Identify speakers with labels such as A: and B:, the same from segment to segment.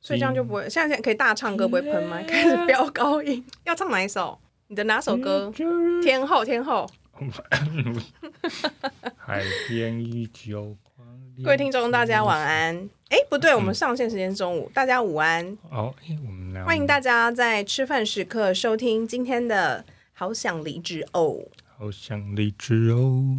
A: 所以这样就不会，现在可以大唱歌，不会喷麦，开始飙高音。要唱哪一首？你的哪首歌？天后，天后。
B: 海边依旧。
A: 各位听众，大家晚安。哎，不对，我们上线时间是中午，大家午安。
B: 哦，哎，我们聊
A: 欢迎大家在吃饭时刻收听今天的《好想离职哦》。
B: 好想离职哦。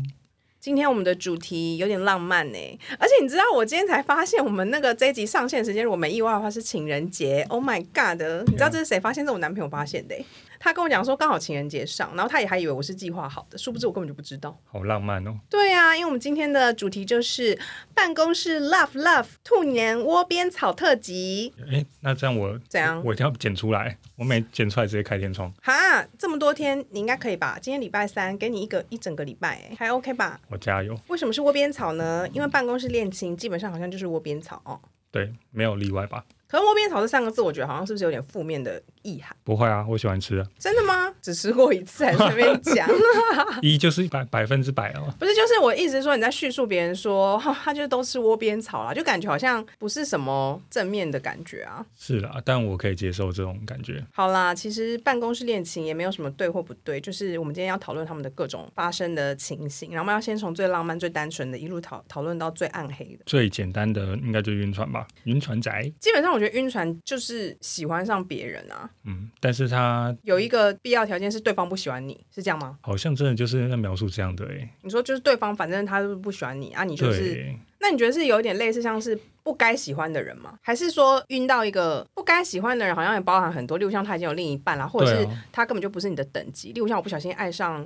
A: 今天我们的主题有点浪漫呢、欸而且你知道，我今天才发现，我们那个这一集上线时间，如果没意外的话是情人节。Oh my god！你知道这是谁发现？这是我男朋友发现的欸、他跟我讲说，刚好情人节上，然后他也还以为我是计划好的，殊不知我根本就不知道。
B: 好浪漫哦！
A: 对呀、因为我们今天的主题就是办公室 love love 兔年窝边草特辑。
B: 哎，那这样我
A: 怎样
B: 我一定要剪出来，我每剪出来直接开天窗，
A: 哈，这么多天你应该可以吧？今天礼拜三，给你一个一整个礼拜、欸，还 OK 吧？
B: 我加油。
A: 为什么是窝边草呢？因为办公室恋情基本上好像就是窝边草哦。
B: 对，没有例外吧？
A: 可是窝边草这三个字，我觉得好像是不是有点负面的意涵？
B: 不会啊， 我喜欢吃的。
A: 真的吗？ 只吃过一次，还随便讲。
B: 一就是百百分之百哦。
A: 不是，就是我意思是说你在叙述别人说、哦他就是都吃窝边草啦，就感觉好像不是什么正面的感觉啊。
B: 是啦，但我可以接受这种感觉。
A: 好啦，其实办公室恋情也没有什么对或不对，就是我们今天要讨论他们的各种发生的情形，然后我们要先从最浪漫、最单纯的一路讨讨论到最暗黑的。
B: 最简单的应该就是晕船吧，晕船仔。
A: 基本上，我觉得晕船就是喜欢上别人啊，
B: 嗯，但是他
A: 有一个必要条件是对方不喜欢你，是这样吗？
B: 好像真的就是在描述这样的哎、
A: 你说就是对方反正他就是不喜欢你啊，你就是。
B: 对，
A: 那你觉得是有点类似像是不该喜欢的人吗？还是说晕到一个不该喜欢的人，好像也包含很多，例如像他已经有另一半啦，或者
B: 对
A: 是
B: 啊
A: 他根本就不是你的等级，例如像我不小心爱上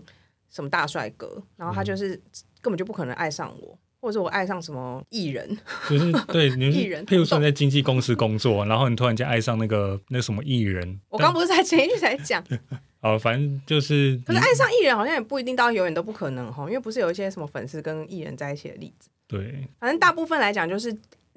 A: 什么大帅哥，然
B: 嗯
A: 后他就是根本就不可能爱上我。或者我爱上什么艺 人，
B: 就是对，你
A: 艺
B: 是
A: 人
B: 譬如说你在经纪公司工作，然后你突然间爱上那个那什么艺人，
A: 我刚不是在前一句才讲，
B: 但哦，反正就是
A: 可是爱上艺人好像也不一定到永远都不可能哈，因为不是有一些什么粉丝跟艺人在一起的例子。
B: 对，
A: 反正大部分来讲，就是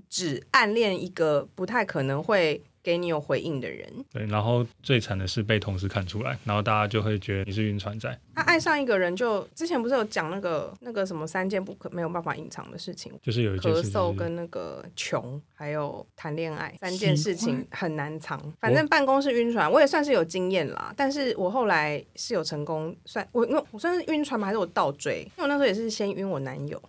A: 只暗恋一个不太可能会给你有回应的人。
B: 对，然后最惨的是被同事看出来，然后大家就会觉得你是晕船仔。
A: 他爱上一个人就，之前不是有讲那个那个什么三件不可没有办法隐藏的事情，
B: 就是有一件
A: 咳
B: 事、就是，
A: 嗽跟那个穷，还有谈恋爱三件事情很难藏。反正办公室晕船，我也算是有经验啦，但是我后来是有成功，算我因为我算是晕船吗？还是我倒追？因为我那时候也是先晕我男友，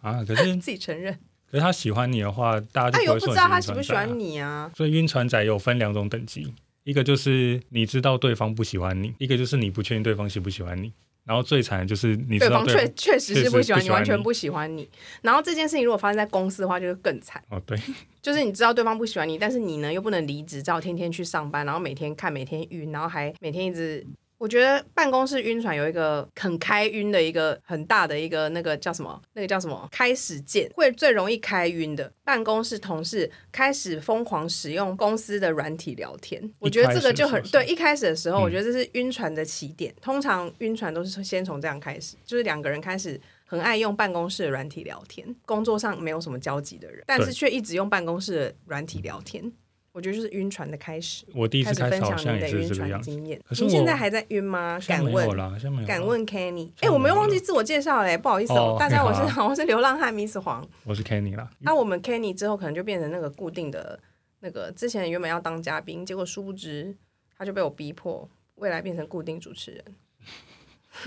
B: 啊，可 是
A: 自己承认，
B: 可是他喜欢你的话，大家
A: 他
B: 就
A: 又
B: 会
A: 哎不知
B: 说你
A: 道
B: 是
A: 他
B: 晕
A: 喜
B: 船
A: 不喜
B: 仔啊、
A: 欢你啊。
B: 所以晕船仔有分两种等级，一个就是你知道对方不喜欢你，一个就是你不确定对方喜不喜欢你。然后最惨的就是你知
A: 对
B: 道
A: 方
B: 对
A: 确确实是
B: 确实
A: 不喜欢
B: 不
A: 你，
B: 喜欢
A: 完全
B: 你
A: 不喜欢你。然后这件事情如果发生在公司的话，就是更惨。
B: 哦对，
A: 就是你知道对方不喜欢你，但是你呢又不能离职，只好天天去上班，然后每天看，每天晕，然后还每天一直。我觉得办公室晕船有一个很开晕的一个很大的一个那个叫什么？那个叫什么？开始键会最容易开晕的办公室同事开始疯狂使用公司的软体聊天，我觉得这个就很对。
B: 一开始的时候
A: 一开始的时候，
B: 嗯
A: 我觉得这是晕船的起点。通常晕船都是先从这样开始，就是两个人开始很爱用办公室的软体聊天，工作上没有什么交集的人，但是却一直用办公室的软体聊天，我觉得就是晕船的开始。
B: 我第一次
A: 开始
B: 开
A: 分
B: 始好
A: 享
B: 像
A: 你
B: 也
A: 的
B: 是
A: 晕
B: 这个
A: 船
B: 样子，
A: 经验。
B: 可是
A: 您现
B: 我
A: 在还在晕吗？
B: 现
A: 敢
B: 在没有
A: 问，
B: 啦，现在没有啦。
A: 敢问 Kenny？哎、
B: 现在没有
A: 我没有忘记自我介绍嘞，不好意思哦，
B: 哦
A: 大家，我
B: 嘿
A: 是
B: 好啊
A: 好 我是流浪汉 Miss 黄。
B: 我是 Kenny 啦。
A: 那、我们 Kenny 之后可能就变成那个固定的那个，之前原本要当嘉宾，结果殊不知他就被我逼迫，未来变成固定主持人。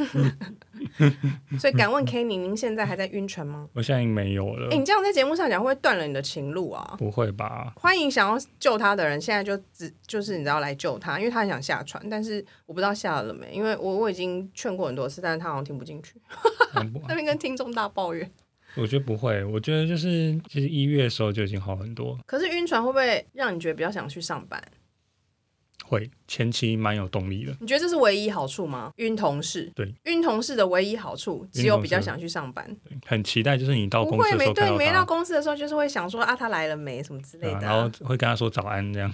A: 所以敢问 Kenny，您现在还在晕船吗？
B: 我现在没有了
A: 哎、，你这样在节目上讲，会不会断了你的情路啊？
B: 不会吧？
A: 欢迎想要救他的人，现在就只就是你知道来救他，因为他很想下船，但是我不知道下了没，因为我我已经劝过很多次，但是他好像听不进去，
B: 嗯不
A: 那边跟听众大抱怨。
B: 我觉得不会，我觉得就是其实一月的时候就已经好很多，
A: 可是晕船会不会让你觉得比较想去上班？
B: 会前期蛮有动力的。
A: 你觉得这是唯一好处吗？晕同事，
B: 对，
A: 晕同事的唯一好处只有比较想去上班，
B: 对很期待，就是你到
A: 不
B: 公
A: 会
B: 司的时
A: 没
B: 候看
A: 对，
B: 到
A: 没到
B: 他，
A: 公司的时候就是会想说啊，他来了没什么之类
B: 对啊
A: 的、
B: 然
A: 啊
B: 后，会跟他说早安这样。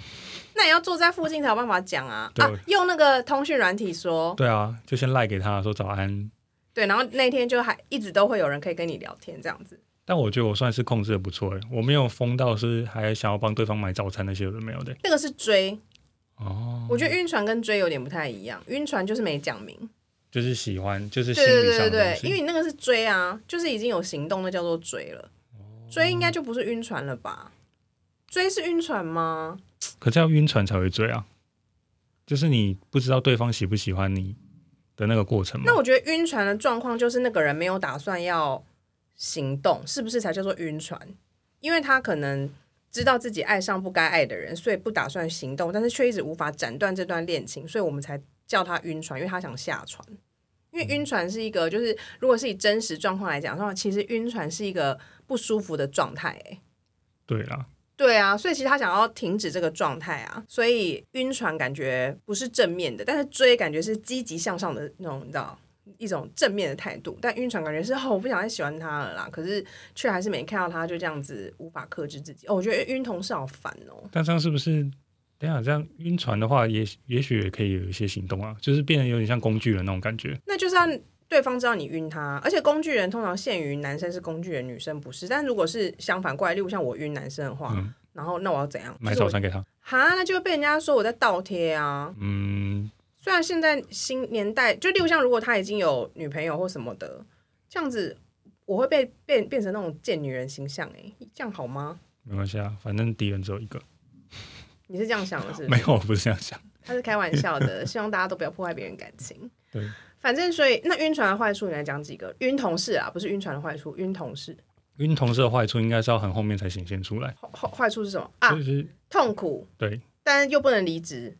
A: 那也要坐在附近才有办法讲啊
B: 对
A: 啊，用那个通讯软体说，
B: 对啊，就先赖给他说早安。
A: 对，然后那天就还一直都会有人可以跟你聊天这样子。
B: 但我觉得我算是控制的不错诶，欸我没有疯到是还想要帮对方买早餐那些有的没有的欸
A: 这个是追，
B: 哦，
A: 我觉得晕船跟追有点不太一样，晕船就是没讲明，
B: 就是喜欢，就是心
A: 对对
B: 理
A: 对对
B: 上的
A: 对
B: 东，
A: 因为
B: 西。
A: 你那个是追啊，就是已经有行动，那叫做追了，追应该就不是晕船了吧？追是晕船吗？
B: 可是要晕船才会醉啊，就是你不知道对方喜不喜欢你的那个过程嘛
A: 那。我觉得晕船的状况就是那个人没有打算要行动，是不是才叫做晕船？因为他可能知道自己爱上不该爱的人，所以不打算行动，但是却一直无法斩断这段恋情，所以我们才叫他晕船，因为他想下船。因为晕船是一个，就是如果是以真实状况来讲的话，其实晕船是一个不舒服的状态、欸。
B: 对啦，
A: 对啊，所以其实他想要停止这个状态啊，所以晕船感觉不是正面的，但是追感觉是积极向上的那种，你知道一种正面的态度。但晕船感觉是哦，我不想再喜欢他了啦，可是却还是每天看到他就这样子无法克制自己。哦，我觉得晕同事好烦哦。
B: 但这样是不是？等一下这样晕船的话也，也许也可以有一些行动啊，就是变得有点像工具人那种感觉。
A: 那就是要对方知道你晕他，而且工具人通常限于男生是工具人，女生不是。但如果是相反过来，例如像我晕男生的话，
B: 嗯
A: 然后那我要怎样？
B: 买
A: 就是
B: 早
A: 我
B: 餐给他，
A: 哈，那就会被人家说我在倒贴啊。
B: 嗯，
A: 虽然现在新年代，就例如像如果他已经有女朋友或什么的，这样子我会被变变成那种贱女人形象哎、这样好吗？
B: 没关系啊，反正敌人只有一个。
A: 你是这样想的，是不
B: 没
A: 是？
B: 有，我不是这样想。
A: 他是开玩笑的， 希望大家都不要破坏别人感情。
B: 对，
A: 反正所以那晕船的坏处，你来讲几个？晕同事啊，不是晕船的坏处，晕同事
B: 晕同事的坏处应该是要很后面才显现出来，
A: 坏坏坏处是什么啊？
B: 就是
A: 痛苦，
B: 对，
A: 但又不能离职，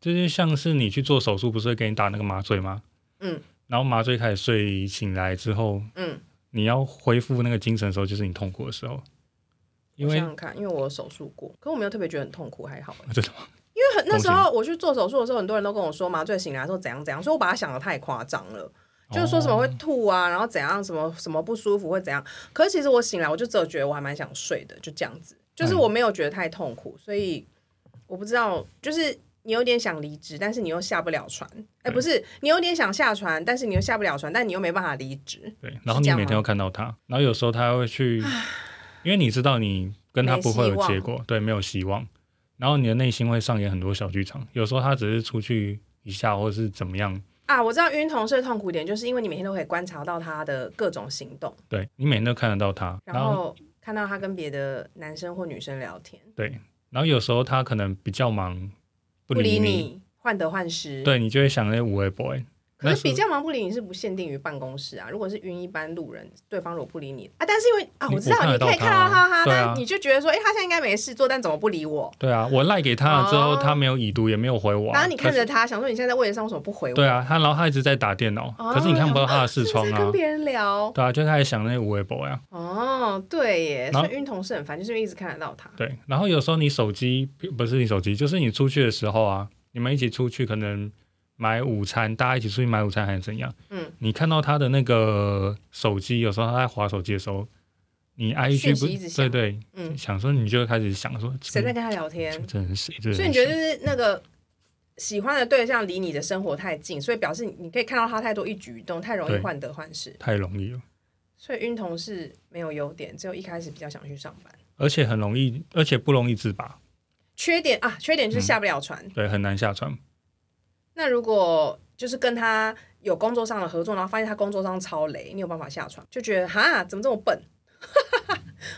B: 就是像是你去做手术，不是会给你打那个麻醉吗？
A: 嗯，
B: 然后麻醉开始睡醒来之后，
A: 嗯，
B: 你要恢复那个精神的时候，就是你痛苦的时候，因
A: 我
B: 为
A: 想想看，因为我有手术过，可我没有特别觉得很痛苦，还好、欸。
B: 真的吗？
A: 因为很那
B: 同
A: 时
B: 情
A: 候我去做手术的时候，很多人都跟我说麻醉醒来的时候怎样怎样，所以我把它想的太夸张了，就是说什么会
B: 哦
A: 吐啊，然后怎样什么什么不舒服会怎样。可是其实我醒来，我就只有觉得我还蛮想睡的，就这样子，就是我没有觉得太痛苦，所以我不知道，就是你有点想离职，但是你又下不了船，哎、
B: 对
A: 不是，你有点想下船，但是你又下不了船，但你又没办法离职，
B: 对，然
A: 是这
B: 后你
A: 样
B: 每天
A: 吗
B: 要看到他，然后有时候他会去，因为你知道你跟他
A: 没
B: 不会有
A: 希望
B: 结果，对，没有希望，然后你的内心会上演很多小剧场。有时候他只是出去一下，或者是怎么样，
A: 啊，我知道晕同事的痛苦点，就是因为你每天都可以观察到他的各种行动，
B: 对你每天都看得到他，
A: 然后看到他跟别的男生或女生聊天。
B: 对，然后有时候他可能比较忙，不
A: 不
B: 理
A: 理你，患得患失。，
B: 对你就会想那五位 boy，
A: 可
B: 那
A: 是
B: 是
A: 比较忙不理你是不限定于办公室啊。如果是晕一般路人，对方如果不理你啊，但是因为啊，
B: 你
A: 我知道
B: 我看
A: 你
B: 得到
A: 可以
B: 他
A: 看到他哈，
B: 对啊
A: 但你就觉得说，哎、他现在应该没事做，但怎么不理我？
B: 对啊，我赖给他了之后，
A: 哦
B: 他没有已读也没有回我啊、
A: 然后你看
B: 可是
A: 着他，想说你现在在位置上为什么不回我？
B: 对啊，他然后他一直在打电脑，
A: 哦
B: 可是你看不到他的
A: 是
B: 视
A: 不
B: 窗
A: 是
B: 啊
A: 跟，别人聊
B: 对啊，就开始想那五位 boy 啊。
A: 哦，对耶，
B: 然
A: 所
B: 后
A: 以晕同事很烦，就是因为一直看得到他。
B: 对，然后有时候你手机不是你手机，就是你出去的时候啊，你们一起出去可能买午餐，大家一起出去买午餐还是怎样？
A: 嗯，
B: 你看到他的那个手机，有时候他在划手机的时候，你 IG
A: 讯
B: 不
A: 息一直
B: 对
A: 响
B: 对，
A: 嗯
B: 想说你就会开始想说
A: 谁在跟他聊天？
B: 这人是谁？这人是
A: 所
B: 谁
A: 以你觉得就是那个喜欢的对象离你的生活太近，所以表示你你可以看到他太多一举一动，太容易
B: 对
A: 患得患失。
B: 太容易了，
A: 所以晕同事没有优点，只有一开始比较想去上班。
B: 而且很容易，而且不容易自拔，
A: 缺点啊，缺点就是
B: 嗯
A: 下不了船。
B: 对，很难下船。
A: 那如果就是跟他有工作上的合作，然后发现他工作上超雷，你有办法下船，就觉得哈怎么这么笨，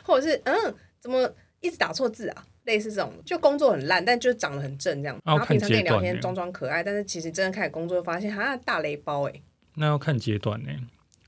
A: 或者是嗯怎么一直打错字啊，类似这种，就工作很烂，但就长得很正这样。
B: 那
A: 然
B: 要
A: 后
B: 哦看
A: 平常跟你
B: 阶段
A: 聊天
B: 耶
A: 装装可爱，但是其实真的开始工作，发现哈大雷包哎、
B: 那要看阶段呢、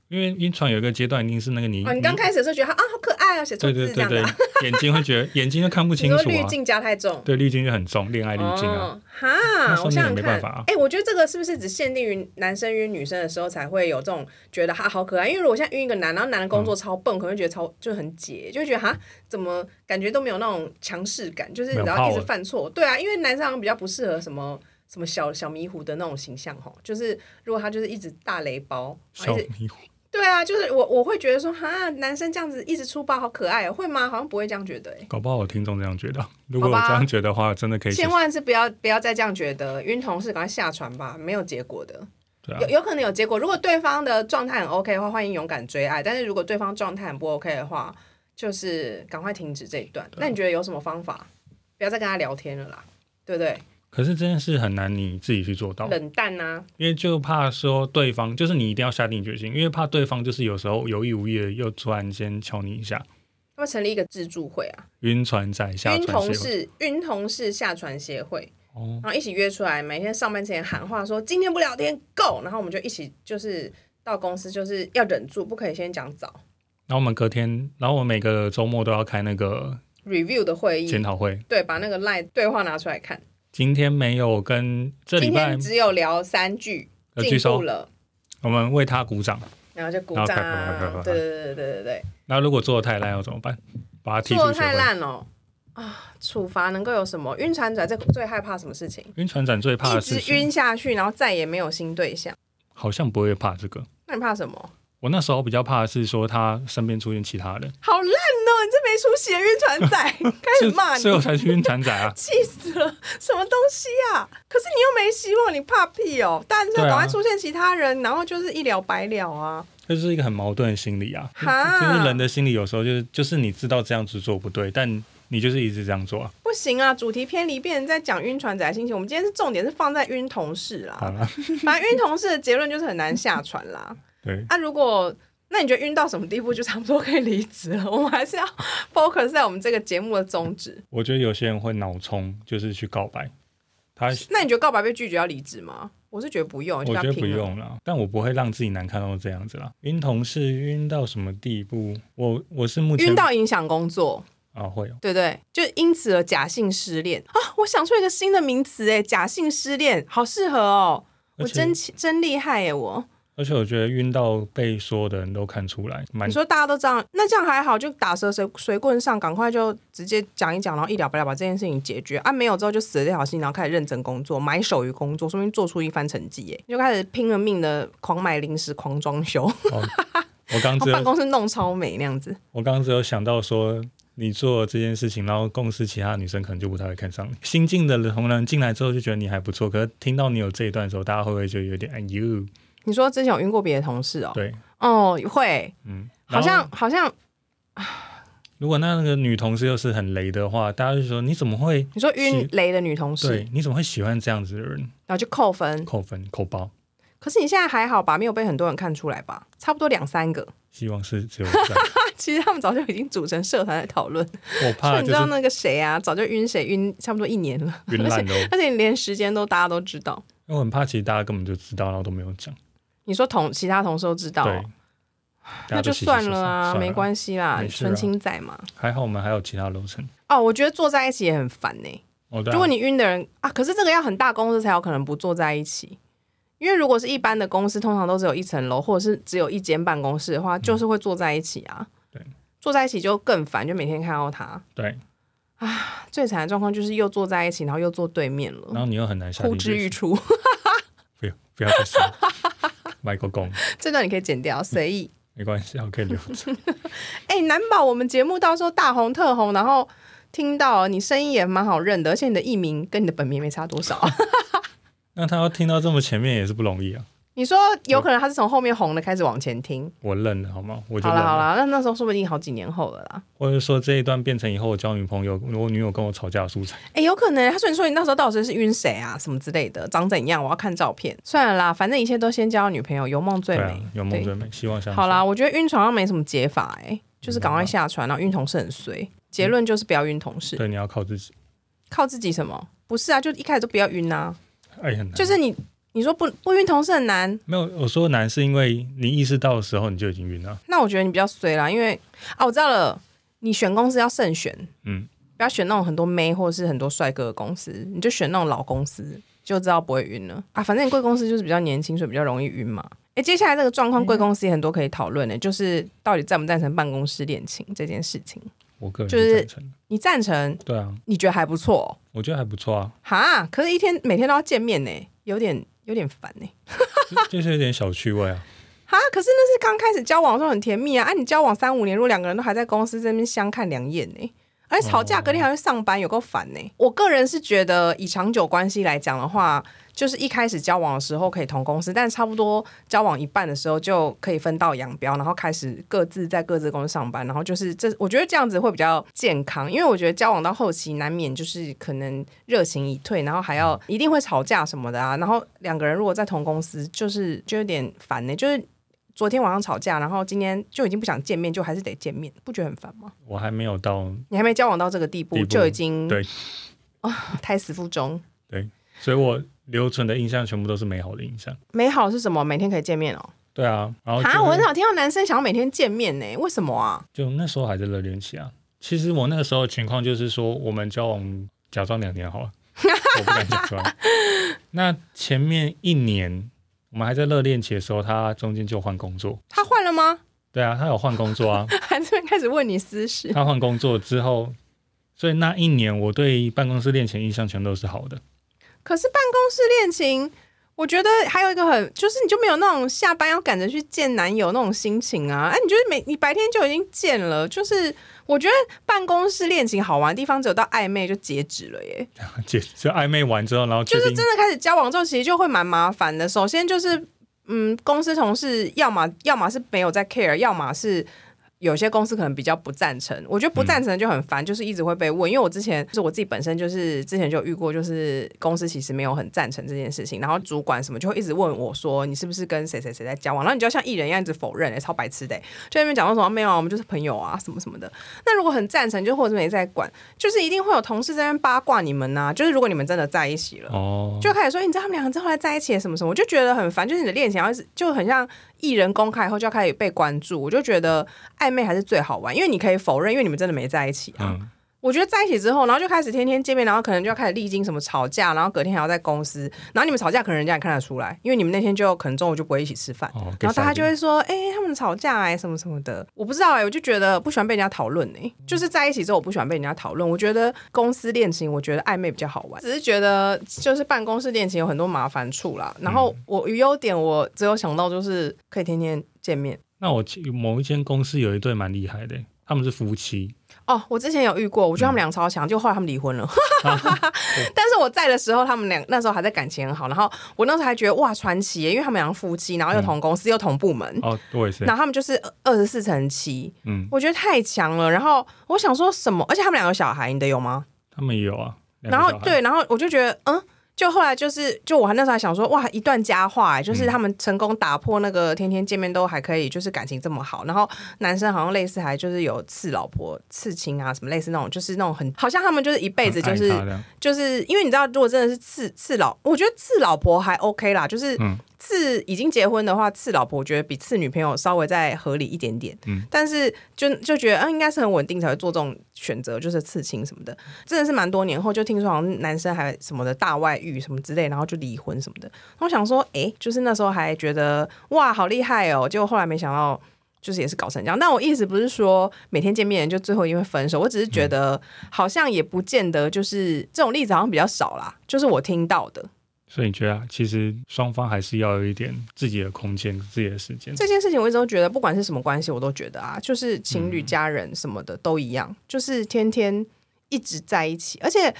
B: 因为晕船有一个阶段一定是那个你
A: 哦，你刚开始的时候觉得他啊好可爱啊，写错
B: 嗯对
A: 字
B: 对
A: 这
B: 对
A: 样的、
B: 对
A: 啊，，
B: 眼睛会觉得眼睛就看不
A: 你
B: 清
A: 说
B: 楚
A: 滤
B: 啊。
A: 镜加太重。
B: 对，滤镜就很重，恋爱滤镜啊。
A: 哦， 哈，
B: 说
A: 我
B: 明
A: 想
B: 也
A: 想
B: 没
A: 看
B: 办法啊，
A: 哎、我觉得这个是不是只限定于男生约女生的时候才会有这种觉得哈好可爱？因为如果现在晕一个男，然后男的工
B: 嗯
A: 作超笨，可能会觉得超就很解，就会觉得哈怎么感觉都没有那种强势感，就是
B: 没有
A: 然后一
B: power
A: 直犯错。对啊，因为男生好像比较不适合什么。什么小小迷糊的那种形象哈，就是如果他就是一直大雷包，然
B: 小
A: 后一直
B: 迷糊，
A: 对啊，就是我我会觉得说哈，男生这样子一直出包好可爱哦，会吗？好像不会这样觉得哎、
B: 搞不好我听众这样觉得。如果我
A: 吧
B: 这样觉得的话，真的可以写
A: 千。万是不要不要再这样觉得，晕同事赶快下船吧，没有结果的。
B: 对啊
A: 有有可能有结果，如果对方的状态很 OK 的话，欢迎勇敢追爱；但是如果对方状态很不 OK 的话，就是赶快停止这一段。
B: 啊
A: 那你觉得有什么方法？不要再跟他聊天了啦，对不对？
B: 可是这件事很难你自己去做到，
A: 冷淡啊呐、
B: 因为就怕说对方，就是你一定要下定决心，因为怕对方就是有时候有意无意的又突然间敲你一下，
A: 他们成立一个自助会啊，
B: 晕船仔下
A: 晕
B: 船
A: 同
B: 协会。
A: 事晕同事下船协会，
B: 哦，
A: 然后一起约出来，每天上班之前喊话说今天不聊天够，然后我们就一起就是到公司就是要忍住，不可以先讲早
B: 然后我们隔天，然后我每个周末都要开那个
A: review 的会议，
B: 检讨会。
A: 对，把那个 line 对话拿出来看。
B: 今天没有跟这礼
A: 今
B: 拜呃
A: 天只有聊三句，
B: 有
A: 进
B: 拒
A: 步
B: 收，
A: 了，
B: 我们为他鼓掌。
A: 然后就鼓
B: 然后
A: 掌
B: 啪啪啪啪
A: 啊
B: 啪，啪
A: 对对对对对对
B: 那如果做的太烂要怎么办？把他踢
A: 对，
B: 出
A: 做得
B: 协
A: 太
B: 会。
A: 烂了啊！处罚能够有什么？晕船仔最最害怕什么事情？
B: 晕船仔最怕
A: 一
B: 的事
A: 直
B: 情，
A: 晕下去，然后再也没有新对象，
B: 好像不会怕这个。
A: 那你怕什么？
B: 我那时候比较怕的是说他身边出现其他人，
A: 好烂哦！你这没出息的晕船 仔，开始骂
B: 所以所以我
A: 你，。
B: 才去晕船仔啊
A: 气死了！什么东西啊？可是你又没希望，你怕屁哦！但是
B: 对啊
A: 赶快出现其他人，然后就是一了百了啊！
B: 这就是一个很矛盾的心理啊，
A: 哈
B: 就是人的心理有时候就是就是你知道这样子做不对，但你就是一直这样做啊。
A: 不行啊，主题偏离，变成在讲晕船仔的心情。我们今天是重点是放在晕同事啦。
B: 好了，
A: 反正晕同事的结论就是很难下船啦。
B: 对，
A: 啊，如果那你觉得晕到什么地步就差不多可以离职了？ 我们还是要 focus 在我们这个节目的宗旨。
B: 我觉得有些人会脑冲，就是去告白，他
A: 那你觉得告白被拒绝要离职吗？我是觉得不用，就
B: 我
A: 跟他
B: 觉得不
A: 拼了。
B: 用啦，但我不会让自己难看到这样子啦。晕同事晕到什么地步？我我是目前
A: 晕到影响工作，
B: 啊会哦，
A: 对不对？就因此而假性失恋啊！我想出一个新的名词，哎，假性失恋，好适合哦。
B: 而
A: 我
B: 且
A: 真奇真厉害哎！我
B: 而且我觉得晕到被所有的人都看出来，蛮
A: 你说大家都这样，那这样还好，就打蛇随随棍上，赶快就直接讲一讲，然后一了百了把这件事情解决啊。没有之后就死了这条心，然后开始认真工作，埋首于工作，说明做出一番成绩耶，就开始拼了命的狂买零食、狂装 修，
B: 哦，我刚只
A: 把办
B: 有
A: 公室弄超美那样子。
B: 我刚只有想到说。你做了这件事情，然后公司其他女生可能就不太会看上你。新进的同仁进来之后就觉得你还不错，可是听到你有这一段的时候，大家会不会就有点哎呦？
A: 你说之前有晕过别的同事哦？
B: 对，
A: 哦，会，
B: 嗯，
A: 好
B: 然后
A: 像好像
B: 如果那个女同事又是很雷的话，大家就说你怎么会
A: 你说晕
B: 是
A: 雷的女同事，
B: 对？你怎么会喜欢这样子的人？
A: 然后就扣分。
B: 扣分扣包。
A: 可是你现在还好吧？没有被很多人看出来吧？差不多两三个。
B: 希望是只有这样。
A: 其实他们早就已经组成社团在讨论。
B: 我
A: 所
B: 怕
A: 以你
B: 就
A: 知道
B: 是
A: 那个谁啊，早就晕谁晕，差不多一年了，
B: 晕烂的哦，
A: 而且连时间都大家都知道。
B: 因为我很怕其实大家根本就知道，然后都没有讲。
A: 你说同其他同事都知道，
B: 对，大
A: 那
B: 家
A: 就
B: 都
A: 算了
B: 洗洗洗洗
A: 啊，
B: 算
A: 没关系啦，
B: 没事啊
A: 纯情仔嘛。
B: 还好我们还有其他楼层。
A: 哦，我觉得坐在一起也很烦呢、
B: 哦，对啊、
A: 如果你晕的人啊，可是这个要很大公司才有可能不坐在一起，因为如果是一般的公司，通常都只有一层楼，或者是只有一间办公室的话，就是会坐在一起啊。
B: 嗯对，
A: 坐在一起就更烦，就每天看到他。
B: 对，
A: 最惨的状况就是又坐在一起，然后又坐对面
B: 然
A: 了，
B: 后你又很难下定
A: 呼之
B: 决
A: 欲
B: 心，
A: 出。
B: 不要不要再说了 Michael 公，
A: 这段你可以剪掉，随意。
B: 没关系，我可以留着。
A: 哎、难保我们节目到时候大红特红，然后听到你声音也蛮好认的，而且你的艺名跟你的本名没差多少。
B: 那他要听到这么前面也是不容易啊，
A: 你说有可能他是从后面红的开始往前听。
B: 我认了好吗？我就
A: 好
B: 认
A: 了好了，
B: 了，
A: 那那时候说不定好几年后了啦。
B: 或者说这一段变成以后我交女朋友，我女友跟我吵架的素材。
A: 哎、有可能他说你说你那时候到底是晕谁啊，什么之类的，长怎样？我要看照片。算了啦，反正一切都先交女朋友，有梦最
B: 对
A: 美。
B: 啊，有梦
A: 对
B: 最美，希望相信。
A: 好，啦，我觉得晕船上没什么解法、哎，就是赶快
B: 嗯
A: 下船，然后晕同事很衰。结论就是不要晕同事，
B: 对，你要靠自己。
A: 靠自己什么？不是啊，就一开始都不要晕啊。
B: 哎，很难。
A: 就是你你说不不晕同事很难，
B: 没有，我说难是因为你意识到的时候你就已经晕了。
A: 那我觉得你比较衰啦，因为啊，我知道了，你选公司要慎选，
B: 嗯，
A: 不要选那种很多妹或者是很多帅哥的公司，你就选那种老公司，就知道不会晕了啊。反正你贵公司就是比较年轻，所以比较容易晕嘛。哎、接下来这个状况，贵公司也很多可以讨论的，就是到底赞不赞成办公室恋情这件事情。
B: 我个人
A: 就是
B: 赞成的。
A: 你赞成？
B: 对啊，
A: 你觉得还不错、哦
B: 我觉得还不错啊，
A: 哈？可是，一天每天都要见面呢、有点有点烦呢、
B: 就就是有点小趣味啊。
A: 啊，可是那是刚开始交往的时候很甜蜜啊！啊，你交往三五年，如果两个人都还在公司这边相看两厌呢、而且吵架
B: 哦
A: 隔天还会上班，有够烦呢、我个人是觉得，以长久关系来讲的话，就是一开始交往的时候可以同公司，但差不多交往一半的时候就可以分道扬镳，然后开始各自在各自公司上班，然后就是这，我觉得这样子会比较健康，因为我觉得交往到后期难免就是可能热情已退，然后还要一定会吵架什么的啊，然后两个人如果在同公司，就是就有点烦呢、就是昨天晚上吵架，然后今天就已经不想见面，就还是得见面，不觉得很烦吗？
B: 我还没有到，
A: 你还没交往到这个地步，
B: 地步
A: 就已经
B: 对
A: 啊胎死腹中。
B: 所以我留存的印象全部都是美好的印象。
A: 美好是什么？每天可以见面哦。
B: 对啊，然后就
A: 啊，
B: 会
A: 我很少听到男生想要每天见面呢，为什么啊？
B: 就那时候还在热恋期啊。其实我那个时候的情况就是说，我们交往假装两年好了， 我不敢讲出来。那前面一年我们还在热恋期的时候，他中间就换工作。
A: 他换了吗？
B: 对啊，他有换工作啊，
A: 还这边开始问你私事，
B: 他换工作之后，所以那一年我对办公室恋情印象全都是好的。
A: 可是办公室恋情，我觉得还有一个很，就是你就没有那种下班要赶着去见男友那种心情啊。哎、你觉得每你白天就已经见了，就是我觉得办公室恋情好玩的地方，只有到暧昧就截止了耶。
B: 姐，就暧昧完之后，然后确
A: 就是
B: 定
A: 真的开始交往之后，其实就会蛮麻烦的。首先就是，嗯，公司同事要么要么是没有在 care，要么是。有些公司可能比较不赞成，我觉得不赞成就很烦，就是一直会被问。因为我之前就是我自己本身就是之前就有遇过，就是公司其实没有很赞成这件事情，然后主管什么就会一直问我说你是不是跟谁谁谁在交往，然后你就要像艺人一样一直否认、欸，超白痴的、欸就在那边讲说什么没有啊，我们就是朋友啊，什么什么的。那如果很赞成，就或者没在管，就是一定会有同事在那边八卦你们呐、就是如果你们真的在一起了，
B: 哦，
A: 就开始说你知道他们两个之后来在一起了什么什么，我就觉得很烦。就是你的恋情，要是就很像艺人公开以后就要开始被关注，我就觉得暧昧还是最好玩，因为你可以否认，因为你们真的没在一起啊。
B: 嗯，
A: 我觉得在一起之后，然后就开始天天见面，然后可能就要开始历经什么吵架，然后隔天还要在公司，然后你们吵架可能人家也看得出来，因为你们那天就可能中午就不会一起吃饭，
B: 哦，给
A: 然后大家
B: 小
A: 就
B: 弟
A: 会说，哎、他们吵架哎、什么什么的，我不知道哎、我就觉得不喜欢被人家讨论哎，就是在一起之后我不喜欢被人家讨论，我觉得公司恋情，我觉得暧昧比较好玩，只是觉得就是办公室恋情有很多麻烦处啦。然后我优点我只有想到就是可以天天见面
B: 那我记某一间公司有一对蛮厉害的，他们是夫妻，
A: 哦，我之前有遇过，我觉得他们俩超强，就后来他们离婚了。但是我在的时候，他们俩那时候还在感情很好，然后我那时候还觉得哇传奇耶，因为他们俩夫妻，然后又同公司、又同部门，
B: 哦，我也是，
A: 然后他们就是呃二十四乘七，
B: 嗯，
A: 我觉得太强了。然后我想说什么，而且他们两个有小孩，你的有吗？
B: 他们也有啊。两个
A: 然后
B: 小孩，
A: 对，然后我就觉得，嗯，就后来就是，就我还那时候还想说，哇，一段佳话、欸，就是他们成功打破那个天天见面都还可以，就是感情这么好。然后男生好像类似还就是有刺老婆、刺青啊，什么类似那种，就是那种很好像他们就是一辈子就
B: 很
A: 是
B: 爱他这样
A: 就是因为你知道，如果真的是刺刺老，我觉得刺老婆还 OK 啦，就是
B: 嗯
A: 刺已经结婚的话，刺老婆我觉得比刺女朋友稍微再合理一点点。
B: 嗯
A: 但是就就觉得嗯，应该是很稳定才会做这种选择，就是刺青什么的，真的是蛮多年后就听说好像男生还什么的大外遇什么之类，然后就离婚什么的。然后我想说，哎、就是那时候还觉得哇，好厉害哦，结果后来没想到。就是也是搞成这样，但我意思不是说每天见面就最后一定会分手，我只是觉得好像也不见得就是这种例子好像比较少啦，就是我听到的
B: 所以你觉得啊其实双方还是要有一点自己的空间、自己的时间。
A: 这件事情，我一直都觉得不管是什么关系，我都觉得啊，就是情
B: 嗯
A: 侣、家人什么的都一样，就是天天一直在一起，而且。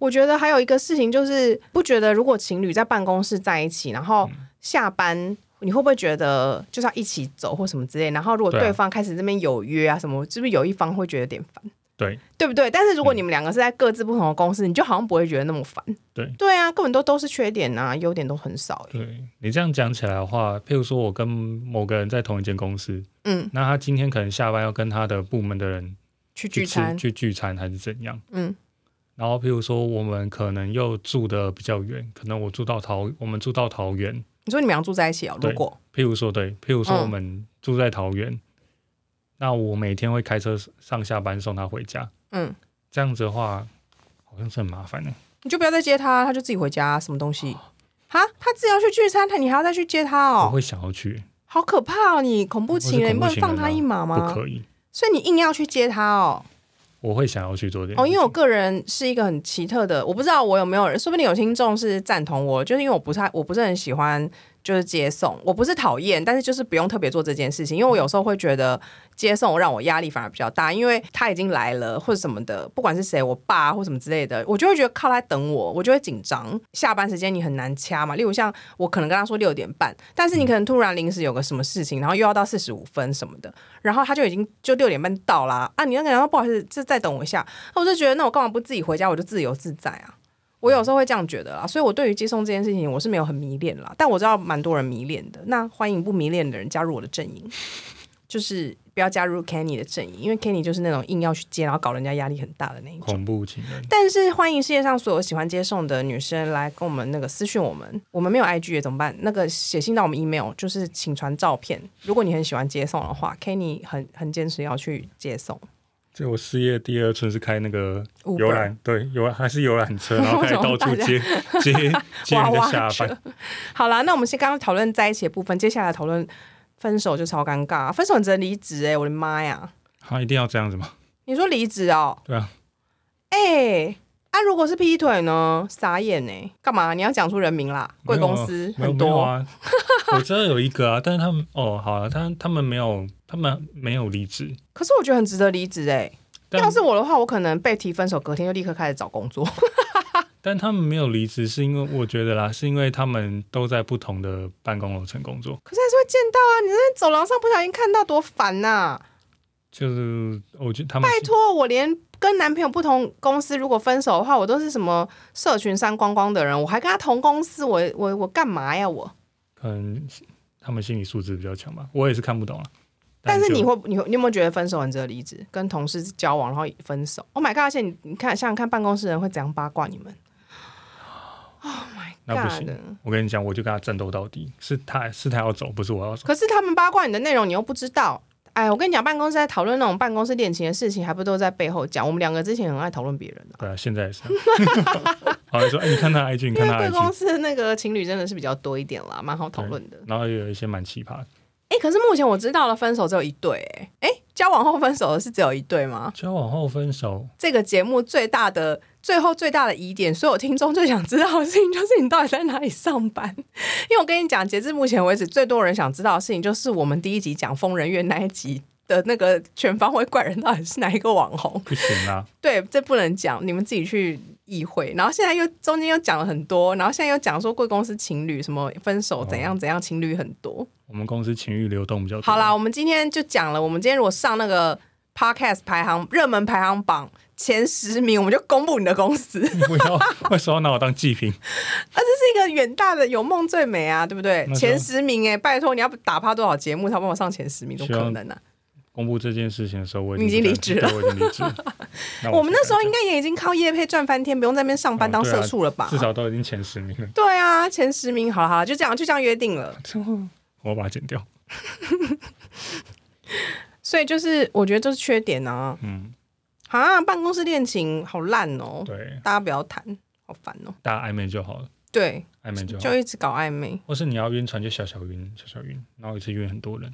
A: 我觉得还有一个事情就是，不觉得如果情侣在办公室在一起，然后
B: 嗯
A: 下班，你会不会觉得就是要一起走或什么之类？然后如果
B: 对啊
A: 对方开始这边有约啊什么，是不是有一方会觉得有点烦？
B: 对，嗯
A: 对不对？但是如果你们两个是在各自不同的公司，你就好像不会觉得那么烦。
B: 对
A: 对啊，根本都都是缺点啊，优点都很少。
B: 对你这样讲起来的话，譬如说我跟某个人在同一间公司，
A: 嗯，
B: 那他今天可能下班要跟他的部门的人
A: 去聚
B: 去吃
A: 餐，
B: 去聚餐还是怎样，
A: 嗯，
B: 然后譬如说我们可能又住的比较远，可能我住到桃，我们住到桃园，
A: 你说你们俩住在一起哦？如
B: 对
A: 果
B: 譬如说对，譬如说
A: 嗯
B: 我们住在桃园，那我每天会开车上下班送他回家，
A: 嗯，
B: 这样子的话好像是很麻烦欸的、
A: 你就不要再接他，他就自己回家、什么东西？哈，他自己要去聚餐，他你还要再去接他
B: 我
A: 哦，
B: 哦会想要去，
A: 好可怕哦！你恐怖情
B: 我
A: 人，
B: 是
A: 你
B: 恐
A: 不
B: 怖
A: 能
B: 情人
A: 放
B: 啊
A: 他一马
B: 不
A: 吗？
B: 可以，
A: 所以你硬要去接他哦。
B: 我会想要去做这件事
A: 哦，
B: 情。
A: 因为我个人是一个很奇特的，我不知道我有没有人，说不定有听众是赞同我，就是因为我不太，我不是很喜欢就是接送，我不是讨厌，但是就是不用特别做这件事情，因为我有时候会觉得接送让我压力反而比较大，因为他已经来了或者什么的，不管是谁，我爸或什么之类的，我就会觉得靠他等我，我就会紧张。下班时间你很难掐嘛，例如像我可能跟他说六点半，但是你可能突然临时有个什么事情，然后又要到四十五分什么的，然后他就已经就六点半到啦，啊，你那个人说不好意思，就再等我一下，那我就觉得那我干嘛不自己回家，我就自由自在啊。我有时候会这样觉得啦，啊所以我对于接送这件事情我是没有很迷恋啦，但我知道蛮多人迷恋的。那欢迎不迷恋的人加入我的阵营，就是不要加入 Kenny 的阵营，因为 Kenny 就是那种硬要去接，然后搞人家压力很大的那一种。
B: 恐怖情人，
A: 但是欢迎世界上所有喜欢接送的女生来跟我们那个私讯我们，我们没有 IG 也怎么办？那个写信到我们 email，就是请传照片。如果你很喜欢接送的话，Kenny 很很坚持要去接送。
B: 就我失业第二春是开那个
A: Uber
B: 游览，对，游还是游 览车，然后开始到处接接接
A: 娃
B: 人
A: 娃
B: 家下
A: 车
B: 班，。
A: 好啦，那我们先刚刚讨论在一起的部分，接下来讨论分手就超尴尬、分手你只能离职哎，我的妈呀！
B: 他一定要这样子吗？
A: 你说离职哦？
B: 对啊，
A: 哎、啊，如果是劈腿呢？傻眼哎，干嘛？你要讲出人名啦？贵公司
B: 没有
A: 很
B: 没有
A: 多，
B: 啊。我知道有一个啊，但是他们哦，好了、他他们没有，他们没有离职。
A: 可是我觉得很值得离职哎。
B: 但
A: 要是我的话，我可能被提分手，隔天就立刻开始找工作。
B: 但他们没有离职，是因为我觉得啦，是因为他们都在不同的办公楼层工作，
A: 可是还是会见到啊！你在走廊上不小心看到，多烦呐、
B: 就是我觉得他们
A: 拜
B: 是
A: 托，我连跟男朋友不同公司，如果分手的话，我都是什么社群删光光的人，我还跟他同公司，我我我干嘛呀我？
B: 可能他们心理素质比较强吧，我也是看不懂了。啊
A: 但是
B: 就
A: 你会你会你有没有觉得分手很值得离职？跟同事交往然后分手？Oh my god！而且你你看想想看，办公室人会怎样八卦你们？Oh
B: 那
A: my
B: 不
A: god！
B: 行，我跟你讲，我就跟他战斗到底，是他是他要走，不是我要走。
A: 可是他们八卦你的内容，你又不知道。哎，我跟你讲，办公室在讨论那种办公室恋情的事情，还不都在背后讲？我们两个之前很爱讨论别人啊。
B: 对啊，现在 也是啊。好，你说，哎，你看他的 IG，你看
A: 因
B: 他
A: 为
B: 的
A: 贵公
B: IG，
A: 司那个情侣真的是比较多一点啦，蛮好讨论的。
B: 然后也有一些蛮奇葩的。
A: 嗯哎、可是目前我知道了，分手只有一对、欸。哎、交往后分手的是只有一对吗？
B: 交往后分手，
A: 这个节目最大的、最后最大的疑点，所有听众最想知道的事情就是你到底在哪里上班？ 因为我跟你讲，截至目前为止，最多人想知道的事情就是我们第一集讲疯人院那一集的那个全方位怪人到底是哪一个网红。
B: 不行啦，
A: 对，这不能讲，你们自己去意会。然后现在又中间又讲了很多，然后现在又讲说贵公司情侣什么分手怎样怎样，情侣很多。
B: 我们公司情欲流动比较多。
A: 好啦，，我们今天就讲了，我们今天如果上那个 podcast 排行热门排行榜前十名，我们就公布你的公司。
B: 你不要为什么要拿我当祭品？
A: 这是一个远大的有梦最美啊，对不对？
B: 那是啊
A: 前十名哎、拜托你要打趴多少节目才帮我上前十名？怎么
B: 希
A: 可
B: 望
A: 能呢、啊
B: 公布这件事情的时候，我
A: 你已经
B: 不在
A: 离职了
B: 对我已经离职了。 那
A: 我们那时候
B: 就
A: 应该也已经靠业配赚翻天，不用在那边上班
B: 啊哦
A: 当
B: 对
A: 社
B: 啊
A: 畜了吧？
B: 至少都已经前十 名了，
A: 对啊，前十名，好了好了，就这样就这样约定了。
B: 我把它剪掉。
A: 所以就是我觉得这是缺点啊
B: 嗯，
A: 啊，办公室恋情好烂哦，
B: 对，
A: 大家不要谈，好烦哦。
B: 大家暧昧就好了，
A: 对，
B: 暧昧就好
A: 就。一直搞暧昧，
B: 或是你要晕船就小小晕，小小晕，然后一次晕很多人，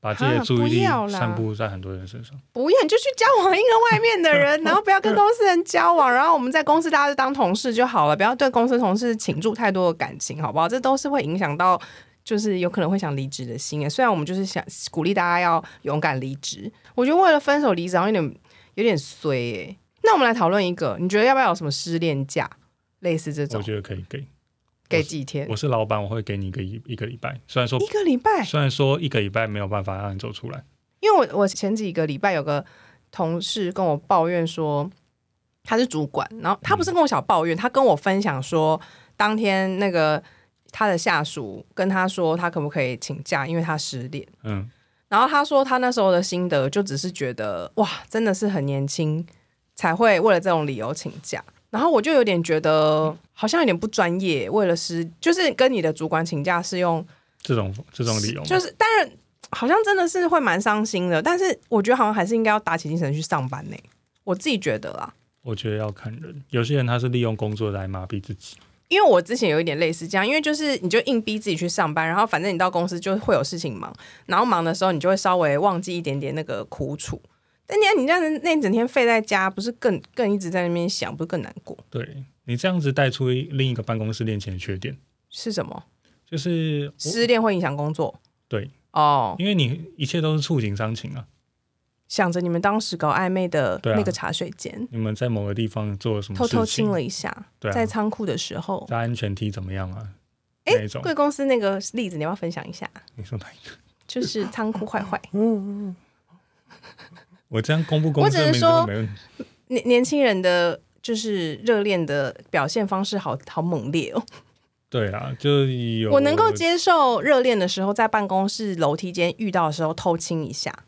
B: 把自己
A: 啊
B: 的注意力
A: 不要啦
B: 散布在很多人身上。
A: 不要你就去交往一个外面的 人，然后不要跟公司人交往，然后我们在公司大家就当同事就好了，不要对公司同事倾注太多的感情，好不好？这都是会影响到。就是有可能会想离职的心耶虽然我们就是想鼓励大家要勇敢离职，我觉得为了分手离职好像有点有点衰耶。那我们来讨论一个，你觉得要不要有什么失恋假，类似这种
B: 我？觉得可以给，
A: 给几天？
B: 我是老板，我会给你一个一一个礼拜。虽然说
A: 一个礼拜，
B: 虽然说一个礼拜没有办法让你走出来，
A: 因为我我前几个礼拜有个同事跟我抱怨说，他是主管，然后他不是跟我小抱怨，他跟我分享说，当天那个他的下属跟他说，他可不可以请假，因为他失恋。
B: 嗯，
A: 然后他说他那时候的心得就只是觉得哇，真的是很年轻才会为了这种理由请假。然后我就有点觉得好像有点不专业，为了失就是跟你的主管请假是用
B: 这种这种理由嘛
A: 就是当然好像真的是会蛮伤心的，但是我觉得好像还是应该要打起精神去上班呢、我自己觉得啦。
B: 我觉得要看人，有些人他是利用工作来麻痹自己，
A: 因为我之前有一点类似这样，因为就是你就硬逼自己去上班，然后反正你到公司就会有事情忙，然后忙的时候你就会稍微忘记一点点那个苦楚。但你看你这样子那一整天废在家，不是更更一直在那边想，不是更难过？
B: 对你这样子带出一另一个办公室恋情的缺点，
A: 是什么？
B: 就是我
A: 失恋会影响工作？
B: 对，
A: 哦，
B: 因为你一切都是触景伤情啊，
A: 想着你们当时搞暧昧的
B: 对啊
A: 那个茶水间，
B: 你们在某个地方做了什么
A: 偷
B: 事情，
A: 偷亲了一下，
B: 对啊
A: 在仓库的时候，
B: 在安全梯怎么样啊？
A: 哎
B: 那一种，
A: 贵公司那个例子，你要不要分享一下？
B: 你说哪一个？
A: 就是仓库坏坏，
B: 我这样公布公
A: 我
B: 司
A: 只是
B: 的名字
A: 说
B: 都没问题。
A: 年年轻人的就是热恋的表现方式好好猛烈哦。
B: 对啦，就有
A: 我能够接受热恋的时候在办公室楼梯间遇到的时候偷亲一下，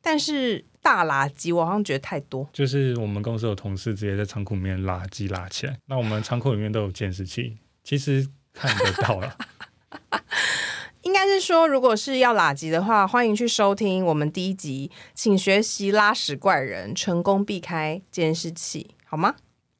A: 但是大垃圾我好像觉得太多。
B: 就是我们公司有同事直接在仓库里面拉机拉起来，那我们仓库里面都有监视器，其实看得 到啦。
A: 应该是说，如果是要拉圾的话，欢迎去收听我们第一集，请学习拉屎怪人，成功避开监视器，好吗？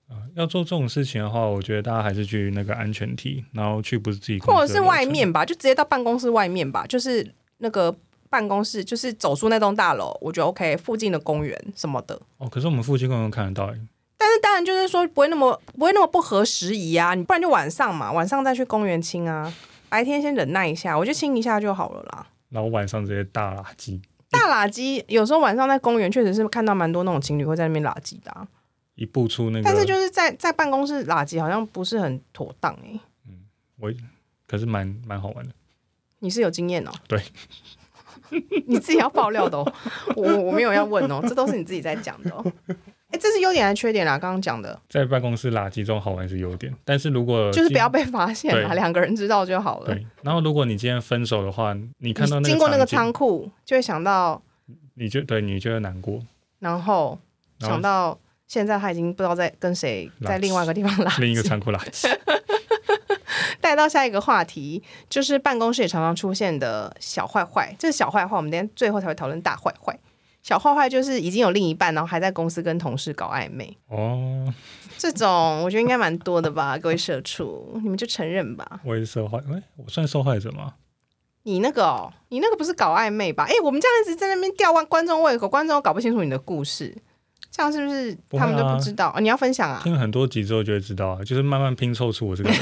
B: 啊要做这种事情的话，我觉得大家还是去那个安全梯，然后去不是自己公司
A: 或
B: 的
A: 者是
B: 楼
A: 外
B: 层
A: 面吧，就直接到办公室外面吧，就是那个办公室，就是走出那栋大楼，我觉得 OK，附近的公园什么的。
B: 哦。可是我们附近公园看得到欸，
A: 但是当然就是说不会那么不会那么不合时宜啊，你不然就晚上嘛，晚上再去公园亲啊，白天先忍耐一下，我就亲一下就好了啦。
B: 然后晚上直接大垃圾，
A: 大垃圾有时候晚上在公园确实是看到蛮多那种情侣会在那边垃圾的啊、
B: 一步出那个。
A: 但是就是在在办公室垃圾好像不是很妥当哎、
B: 我可是蛮蛮好玩的。
A: 你是有经验哦、
B: 对，
A: 你自己要爆料的哦、我我没有要问哦、这都是你自己在讲 的哦、哎、这是优点还是缺点啦、刚刚讲的
B: 在办公室垃圾中好玩是优点，但是如果
A: 就是
B: 今
A: 不要被发现啦，
B: 呃对
A: 两个人知道就好了。
B: 对。然后如果你今天分手的话，你看到那
A: 你
B: 个
A: 经过那个
B: 场景
A: 仓库，就会想到
B: 你就对你就会难过。
A: 然后
B: 然后
A: 想到现在他已经不知道在跟谁
B: 垃圾
A: 在另外一个地方拉，
B: 另 一个仓库垃圾，
A: 带到下一个话题，就是办公室也常常出现的小坏坏。这小坏坏，我们等一下最后才会讨论大坏坏。小坏坏就是已经有另一半，然后还在公司跟同事搞暧昧，
B: 哦，
A: 这种我觉得应该蛮多的吧，各位社畜，你们就承认吧。
B: 我也是受害，哎、我算受害者吗？
A: 你那个哦，你那个不是搞暧昧吧？哎，我们这样一直在那边吊观观众胃口，观众都搞不清楚你的故事，这样是不是
B: 不会
A: 他们都
B: 啊
A: 不知道？哦你要分享 啊，
B: 听了很多集之后就会知道啊，就是慢慢拼凑出我这个人，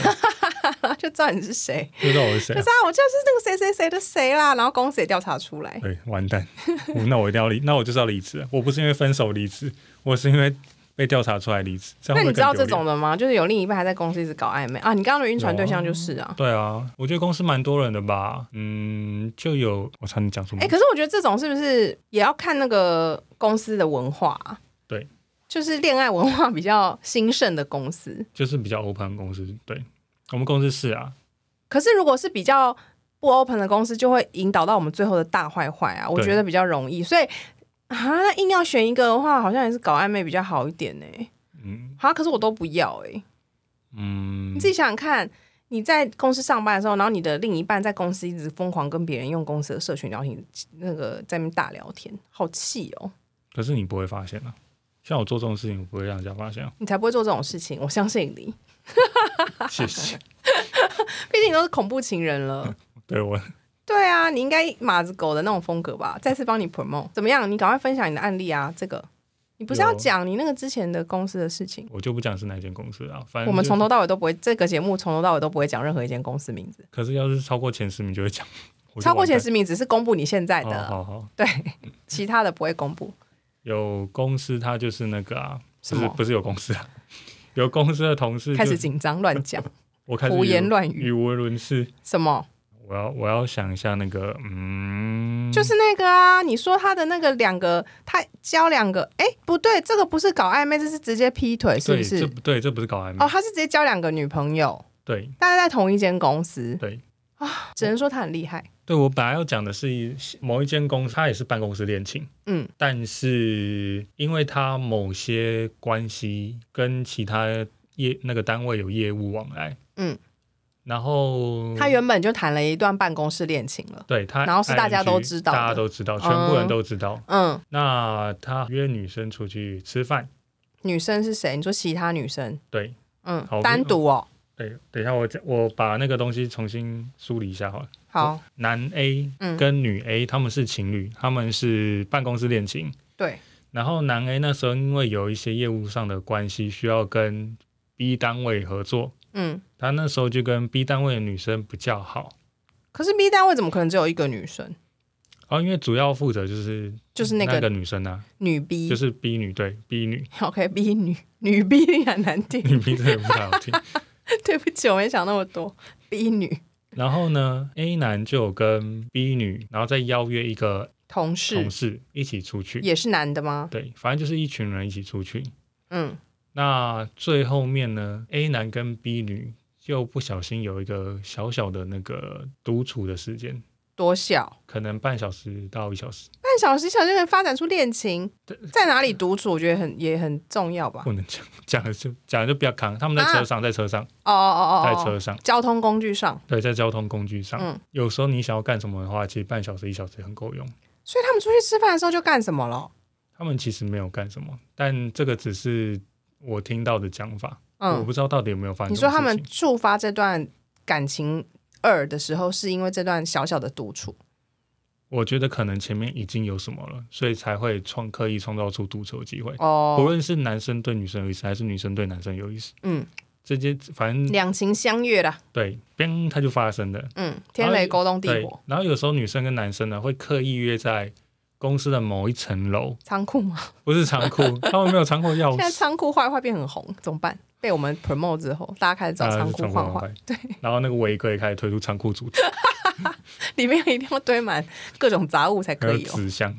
A: 就知道你是谁。
B: 就知道我是谁
A: 可
B: 啊
A: 是。啊，我就是那个谁谁谁的谁啦，然后公司也调查出来。
B: 对，完蛋，我那我一定要离，那我就是要离职了。我不是因为分手离职，我是因为被调查出来离职。这样
A: 那
B: 啊会不
A: 你
B: 会
A: 知道
B: 更
A: 这
B: 丢脸
A: 种的吗？就是有另一半还在公司一直搞暧昧啊！你刚刚的晕船对象就是啊。
B: 对啊，我觉得公司蛮多人的吧，嗯，就有我差点讲什么？
A: 哎、可是我觉得这种是不是也要看那个公司的文化、啊？
B: 对，
A: 就是恋爱文化比较兴盛的公司。
B: 就是比较 open 公司，对我们公司是啊，
A: 可是如果是比较不 open 的公司，就会引导到我们最后的大坏坏啊！我
B: 对
A: 觉得比较容易，所以啊，那硬要选一个的话，好像也是搞暧昧比较好一点呢、
B: 嗯
A: 啊，可是我都不要哎、
B: 嗯
A: 你自，己想想看，你在公司上班的时候，然后你的另一半在公司一直疯狂跟别人用公司的社群聊天，那个在那边大聊天，好气哦！。
B: 可是你不会发现啊，像我做这种事情，我不会让人家发现、啊
A: 你才不会做这种事情，我相信你，
B: 谢谢，
A: 毕竟你都是恐怖情人了。
B: 对我
A: 对啊，你应该马子狗的那种风格吧？再次帮你 promote，怎么样？你赶快分享你的案例啊！这个你不是要
B: 有
A: 讲你那个之前的公司的事情？
B: 我就不讲是哪间公司啊，反正
A: 我们
B: 就
A: 从头，到尾都不会，这个节目从头到尾都不会讲任何一间公司名字，
B: 可是要是超过前十名就会讲， 我就
A: 超过
B: 完蛋
A: 前十名只是公布你现在的，
B: 哦好好好，
A: 对， 其他的不会公布。
B: 有公司它就是那个啊，
A: 什
B: 不
A: 么
B: 是不是有公司啊，有公司的同事就
A: 开始紧张乱讲。
B: 我 开始
A: 胡言
B: 语
A: 乱语
B: 语无伦次。
A: 什么？
B: 我要我要想一下那个，嗯，
A: 就是那个啊，你说他的那个两个，他交两个，哎，不对，这个不是搞暧昧，这是直接劈腿，是
B: 对，
A: 不是
B: 这？不对，这不是搞暧昧，
A: 哦，他是直接交两个女朋友，
B: 对
A: 但是在同一间公司，
B: 对
A: 只能说他很厉害。
B: 对，我本来要讲的是某一间公司，它也是办公室恋情，
A: 嗯，
B: 但是因为它某些关系跟其他业那个单位有业务往来，
A: 嗯，
B: 然后
A: 他原本就谈了一段办公室恋情了，
B: 对他，
A: 然后是大家都知道的
B: 大家都知道，全部人都知道。
A: 嗯，
B: 那他约女生出去吃饭，
A: 女生是谁？你说其他女生，
B: 对
A: 嗯
B: 好，
A: 单独哦，
B: 对，等一下我讲我把那个东西重新梳理一下好了。
A: 好，
B: 男 A
A: 嗯
B: 跟女 A 他们是情侣，他们是办公室恋情。
A: 对，
B: 然后男 A 那时候因为有一些业务上的关系，需要跟 B 单位合作，
A: 嗯，
B: 他那时候就跟 B 单位的女生比较好，
A: 可是 B 单位怎么可能只有一个女生？
B: 哦，因为主要负责就是
A: 就是那
B: 那
A: 个
B: 个女生啊，
A: 女 B，
B: 就是 B 女对 B 女，
A: OK，B 女女 B 很难听，
B: 女 B 真的不太好听。
A: 对不起，我没想那么多，B 女
B: 然后呢，A 男就有跟 B 女，然后再邀约一个
A: 同事
B: 同事一起出去，
A: 也是男的吗？
B: 对，反正就是一群人一起出去。
A: 嗯，
B: 那最后面呢，A 男跟 B 女又不小心有一个小小的那个独处的时间，
A: 多小？
B: 可能半小时到一小时，
A: 半小时一小时就能发展出恋情
B: 对，
A: 在哪里独处，我觉得很也很重要吧。
B: 不能讲讲了就讲了就不要扛。他们
A: 啊
B: 在车上，在车上，
A: 哦哦
B: 在
A: 哦哦
B: 车
A: 哦，
B: 上，
A: 交通工具上，
B: 对，在交通工具上。
A: 嗯
B: 有时候你想要干什么的话，其实半小时一小时很够用。
A: 所以他们出去吃饭的时候就干什么了？
B: 他们其实没有干什么，但这个只是我听到的讲法，我
A: 嗯，
B: 不知道到底有没有发生
A: 你
B: 这
A: 说
B: 种事
A: 他
B: 情。
A: 们触发这段感情二的时候，是因为这段小小的独处。
B: 我觉得可能前面已经有什么了，所以才会创刻意创造出独处的机会。不
A: 哦，
B: 论是男生对女生有意思，还是女生对男生有意思，
A: 嗯，
B: 这些反正
A: 两情相悦啦，
B: 对，砰，它就发生了。
A: 嗯，天雷勾动地
B: 对
A: 火，，
B: 然后有时候女生跟男生呢会刻意约在公司的某一层楼，
A: 仓库吗？
B: 不是仓 库，他们没有仓库钥
A: 现在
B: 匙，
A: 仓库坏坏变很红，怎么办？被我们 promote 之后，大家开始找
B: 啊
A: 仓
B: 是
A: 库换换，
B: 换，对。然后那个违规开始推出仓库组织，
A: 里面一定要堆满各种杂物才
B: 还
A: 可
B: 有
A: 以哦。
B: 纸箱，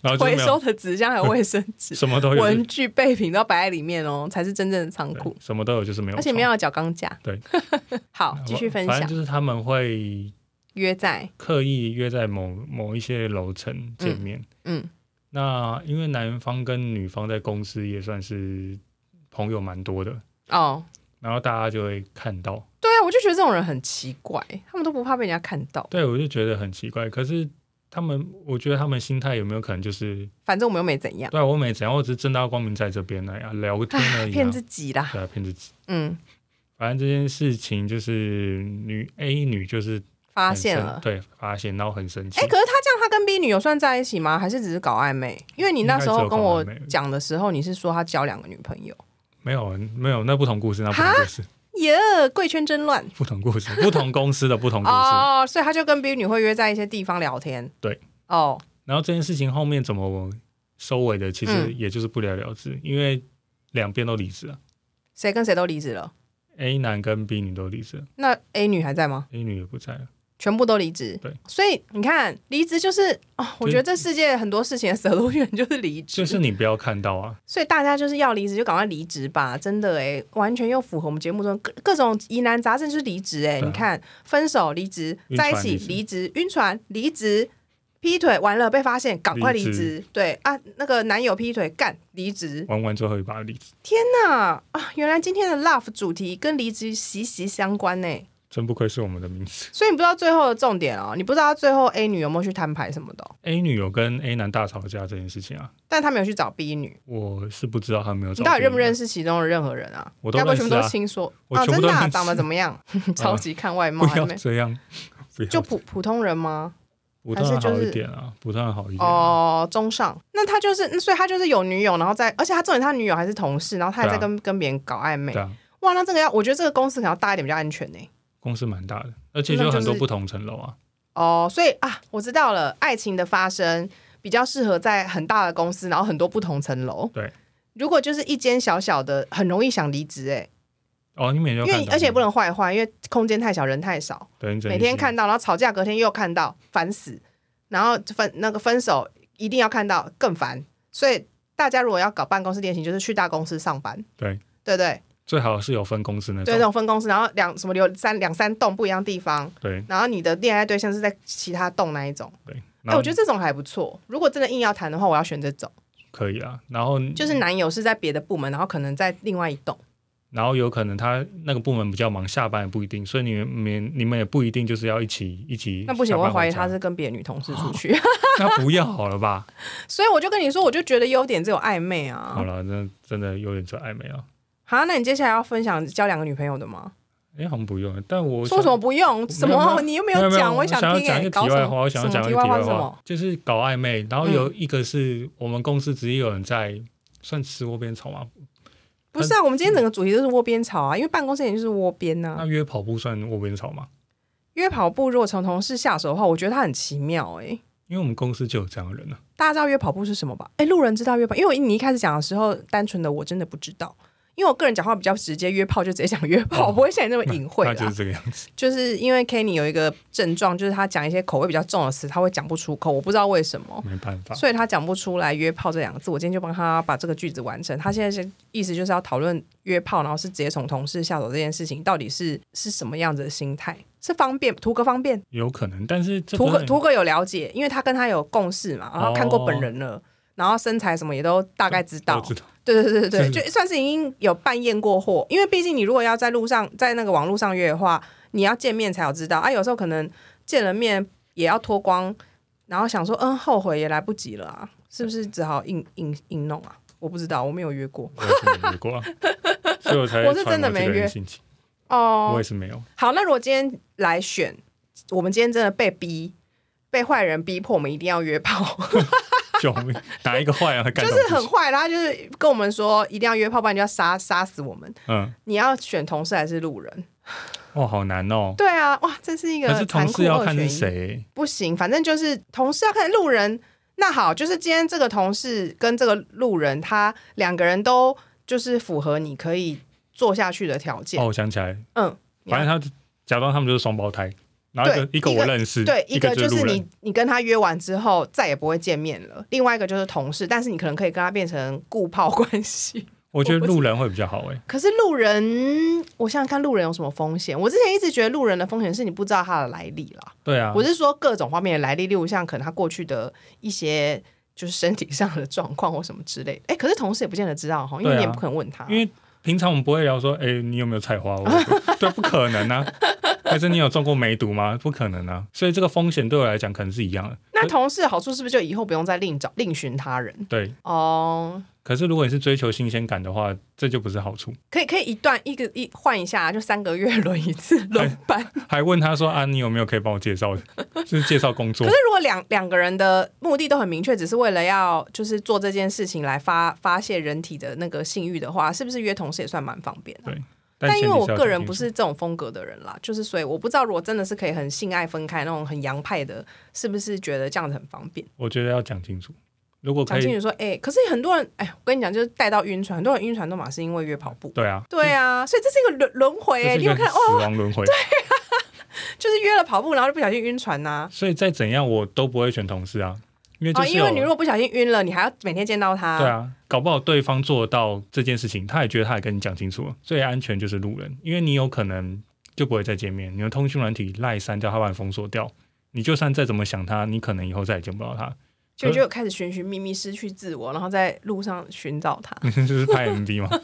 B: 然后就
A: 回
B: 没
A: 收
B: 有
A: 的纸箱还有卫生 纸、
B: 什么都有，
A: 文具备品都要摆在里面哦，才是真正的仓
B: 对
A: 库。
B: 什么都有，就是没有
A: 而
B: 床。
A: 且没有脚钢架。
B: 对，
A: 好，继续分
B: 反正
A: 享。
B: 就是他们会
A: 约在，
B: 刻意约在某某一些楼层见面。
A: 嗯
B: 那因为男方跟女方在公司也算是朋友蛮多的，
A: 哦，
B: 然后大家就会看到。
A: 对啊，我就觉得这种人很奇怪，他们都不怕被人家看到。
B: 对我就觉得很奇怪，可是。他们，我觉得他们心态有没有可能就是，
A: 反正我们又没怎样，
B: 对啊我没怎样，我只是正大光明在这边而已、啊，聊个天而已、啊，
A: 骗自己啦。
B: 对啊，骗自己。
A: 嗯，
B: 反正这件事情就是女 A 女就是
A: 发
B: 很
A: 现
B: 生
A: 了。
B: 对，发现，然后很生气。
A: 哎、可是他这样，他跟 B 女友算在一起吗？还是只是搞暧昧？因为你那时候跟我讲的时候，你是说他交两个女朋友。
B: 没有，没有，那不同故事，那不同故事，
A: 耶、贵圈真乱
B: 不同故事，不同公司的不同故事。
A: 哦，所以他就跟 B 女会约在一些地方聊天。
B: 对，
A: 哦，
B: 然后这件事情后面怎么收尾的，其实
A: 嗯
B: 也就是不了了之，因为两边都离职了
A: 谁跟谁都离职了，
B: ，A 男跟 B 女都离职了
A: 那 A 女还在吗？
B: ，A 女也不在了。
A: 全部都离职。
B: 对，
A: 所以你看，离职就是哦，我觉得这世界很多事情的 solution 就是离职，
B: 就是你不要看到啊，
A: 所以大家就是要离职就赶快离职吧，真的哎，完全又符合我们节目中各各种疑难杂症就是离职哎，
B: 对啊
A: 你看分手离职，
B: 晕
A: 在
B: 船
A: 一起离
B: 离
A: 职，晕船离职。劈腿完了被发现，赶快离
B: 离
A: 职。对啊，那个男友劈腿，干离职。
B: 玩完最后一把离职，
A: 天哪啊！原来今天的 love 主题跟离职息息相关呢。
B: 真不愧是我们的名字。
A: 所以你不知道最后的重点哦，你不知道最后 A 女有没有去摊牌什么的哦、
B: A 女有跟 A 男大吵架这件事情啊，
A: 但他没有去找 B 女。
B: 我是不知道他没有找。
A: 你到底认不认
B: 识？
A: 识其中的任何人啊？
B: 我都
A: 要不然
B: 认识
A: 全
B: 啊
A: 部都是听说
B: 我全
A: 真
B: 部都
A: 的啊、
B: 认识
A: 长得怎么 样？超级看外
B: 不
A: 貌，还
B: 要
A: 没
B: 这样，不要
A: 就普普通人吗？
B: 普通人
A: 还是就
B: 好
A: 是
B: 一点啊，普通人好一点。
A: 哦，中上。那他就是，那所以他就是有女友，然后在，而且他重点他女友还是同事，然后他还在
B: 对啊
A: 跟、跟别人搞暧昧
B: 对。啊，
A: 哇，那这个要，我觉得这个公司可能要大一点比较安全呢、
B: 公司蛮大的，而且
A: 那
B: 就
A: 就
B: 很多
A: 是
B: 不同层楼啊。
A: 哦，所以啊，我知道了，爱情的发生比较适合在很大的公司，然后很多不同层楼。
B: 对，
A: 如果就是一间小小的，很容易想离职哎，
B: 哦，你每天
A: 因
B: 都
A: 为
B: 看到
A: 而且也不
B: 能
A: 能坏坏，因为空间太小，人太少。
B: 对你整
A: 每天
B: 天是
A: 看到，然后吵架，隔天又看到，烦死。然后分那个分手一定要看到，更烦。所以大家如果要搞办公室恋情，就是去大公司上班。
B: 对
A: 对对
B: 最好是有分公司那
A: 对，这
B: 种。
A: 种分公司，然后两什么有三两三栋不一样地方，
B: 对，
A: 然后你的恋爱对象是在其他栋那一种。哎、
B: 然后
A: 我觉得这种还不错。如果真的硬要谈的话，我要选这种，
B: 可以啊。然后
A: 就是男友是在别的部门，然后可能在另外一栋。
B: 然后有可能他那个部门比较忙，下班也不一定，所以你们你们你们也不一定就是要一起一起。
A: 那不行，我会怀疑他
B: 是。
A: 是跟别的女同事
B: 哦
A: 出去。
B: 那不要好了吧？
A: 所以我就跟你说，我就觉得优点只有暧昧
B: 好
A: 啊。
B: 了，那真的有点这暧昧了。啊
A: 好，那你接下来要分享交两个女朋友的吗？
B: 哎，好像不用，但我
A: 说什么不用？什么？
B: 没有
A: 你又没
B: 没有没有
A: 讲，
B: 我
A: 想
B: 要
A: 听
B: 讲一
A: 哎，
B: 个
A: 搞
B: 题
A: 什
B: 外
A: 么？
B: 话，我想要
A: 什
B: 讲
A: 么
B: 一
A: 题
B: 个题
A: 话
B: 外
A: 是什么？嗯
B: 就是搞暧昧。然后有一个是我们公司直接有人在算吃窝边草
A: 嗯
B: 嘛，
A: 不是啊，我们今天整个主题都是窝边草啊，因为办公室也就是窝边呐、
B: 那约跑步算窝边草吗？
A: 因为跑步如果从同事下手的话，我觉得它很奇妙哎、
B: 因为我们公司就有这样的人啊。
A: 大家知道约跑步是什么吧？哎，路人知道约跑，因为我你一开始讲的时候，单纯的我真的不知道，因为我个人讲话比较直接，约炮就直接讲约炮，
B: 哦
A: 我不会啊像你那么隐晦
B: 那
A: 啦
B: 就是。这个样子。
A: 就是因为 Kenny 有一个症状，就是他讲一些口味比较重的词，他会讲不出口，我不知道为什么，
B: 没办法，
A: 所以他讲不出来“约炮”这两个字。我今天就帮他把这个句子完成。他现在是意思就是要讨论约炮，然后是直接从同事下手这件事情，到底是是什么样子的心态？是方便图个方便，
B: 有可能，但是这
A: 图
B: 个
A: 个图个有了解，因为他跟他有共识嘛，然后看过本人了。然后身材什么也都大概知道
B: 我，知道，
A: 对对对对对，
B: 就
A: 就算是已经有办验过货，因为毕竟你如果要在路上，在那个网络上约的话，你要见面才有知道啊。有时候可能见了面也要脱光，然后想说，嗯，后悔也来不及了啊，是不是只好硬硬硬弄啊？我不知道，我没有约过
B: 我也是没 约过啊，所以我才
A: 我是真的
B: 揣摩这
A: 没
B: 个人
A: 约
B: 心情我
A: 哦
B: 也。是没有，
A: 好，那如果今天来选，我们今天真的被逼，被坏人逼迫我们一定要约炮，
B: 救命！哪一个坏人啊会干
A: 就
B: 这
A: 是
B: 种
A: 很
B: 事情？
A: 坏啦，他就是跟我们说一定要约炮，不然就要杀杀死我们。
B: 嗯，
A: 你要选同事还是路人？
B: 哦，好难哦。
A: 对啊，哇，这是一个
B: 可是同
A: 残酷
B: 事要
A: 二
B: 看
A: 选
B: 是
A: 一。
B: 谁，
A: 不行，反正就是同事要看路人。那好，就是今天这个同事跟这个路人，他两个人都就是符合你可以做下去的条件。
B: 哦，我想起来，
A: 嗯，
B: 反正他假装他们就是双胞胎，然后一个
A: 对
B: 一个
A: 一个
B: 我认识，
A: 对，一
B: 一
A: 个
B: 就是路人，
A: 你你跟他约完之后再也不会见面了，另外一个就是同事，但是你可能可以跟他变成固炮关系。
B: 我觉
A: 我不
B: 得路人会比较好哎。
A: 可是路人，我想想看路人有什么风险。我之前一直觉得路人的风险是你不知道他的来历啦。
B: 对啊
A: 我，是说各种方面的来历，例如像可能他过去的一些就是身体上的状况或什么之类的。哎，可是同事也不见得知道哈，因为
B: 对啊
A: 你也不可能问他。
B: 因为平常我们不会聊说，哎，你有没有菜 花？我对，不可能啊。还是你有中过梅毒吗？不可能啊。所以这个风险对我来讲可嗯能是一样的。
A: 那同事的好处是不是就以后不用再另找另寻他人？
B: 对，
A: 哦，
B: 可是如果你是追求新鲜感的话，这就不是好处。
A: 可以可以一段一个一换一下，就三个月轮一次轮班。
B: 还问他说啊，你有没有可以帮我介绍的？就是介绍工作
A: 可是。如果两两个人的目的都很明确，只是为了要就是做这件事情来发发泄人体的那个性欲的话，是不是约同事也算蛮方便啊的？但因
B: 前
A: 为
B: 提
A: 我
B: 是要
A: 个
B: 讲
A: 人
B: 清
A: 不
B: 楚
A: 是这种风格的人啦，就是所以我不知道，如果真的是可以很性爱分开那种很洋派的，是不是觉得这样子很方便？
B: 我觉得要讲清楚。如果可
A: 讲清
B: 以，
A: 楚说，哎、可是很多人，哎、我跟你讲，就是带到晕船，很多人晕船都嘛是因为约跑步。
B: 对啊，
A: 对啊，所以这是一个轮轮回
B: 这
A: 哎、
B: 是
A: 你
B: 一
A: 有
B: 个
A: 没有看
B: 死
A: 哦，
B: 亡轮回。
A: 就是约了跑步，然后就不小心晕船呐、
B: 所以再怎样我都不会选同事啊，因为就
A: 哦，
B: 是
A: 因
B: 有、
A: 为你如果不小心晕了，你还要每天见到他。
B: 对啊，搞不好对方做到这件事情，他也觉得他也跟你讲清楚了，最安全就是路人，因为你有可能就不会再见面，你的通讯软体赖删掉，他把你封锁掉，你就算再怎么想他，你可能以后再也见不到他。
A: 就就开始寻寻觅觅，失去自我，然后在路上寻找他。
B: 你就是拍 MV 吗？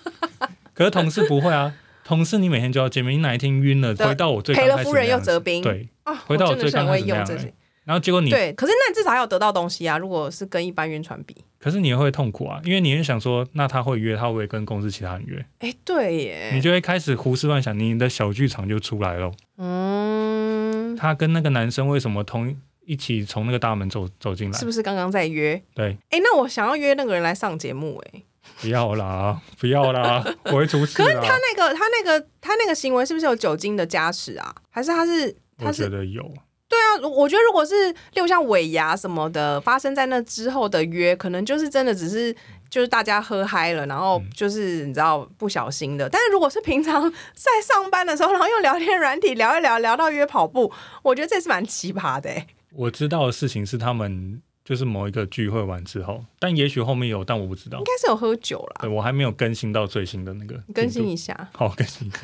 B: 可是同事不会啊，同事你每天就要见面，你哪一天晕了，
A: 对
B: 回到我最
A: 赔
B: 刚
A: 了
B: 开始
A: 夫
B: 那
A: 人又
B: 样子
A: 折兵
B: 对，
A: 啊，
B: 回到
A: 我
B: 我
A: 真的
B: 最
A: 是很
B: 刚开
A: 会
B: 始那
A: 用
B: 样
A: 这
B: 欸
A: 些。
B: 然后结果你，
A: 对，可是那至少还有得到东西啊。如果是跟一般晕船比，
B: 可是你会痛苦啊，因为你会想说，那他会约，他会不会跟公司其他人约，
A: 哎、对耶，
B: 你就会开始胡思乱想，你的小剧场就出来了。
A: 嗯，
B: 他跟那个男生为什么同一起从那个大门走走进来
A: 是？不是刚刚在约？
B: 对，
A: 哎、那我想要约那个人来上节目、哎，
B: 不要啦，不要 啦，我会出事啊
A: 可是他
B: 啦。
A: 那个他那个他那个行为是不是有酒精的加持啊？还是他是
B: 我
A: 他
B: 觉
A: 是
B: 得有，
A: 那我觉得如果是例如像尾牙什么的发生在那之后的约，可能就是真的只是。就是大家喝嗨了，然后就是你知道不小心的。但是如果是平常在上班的时候，然后用聊天软体聊一聊，聊到约跑步，我觉得这也是蛮奇葩的、哎
B: 我知道的事情是他们就是某一个聚会完之后，但也许后面有，但我不知道
A: 应。该是有喝酒啦。
B: 对我还没有更新到最新的那个进度，
A: 更新一下，
B: 好更新一下。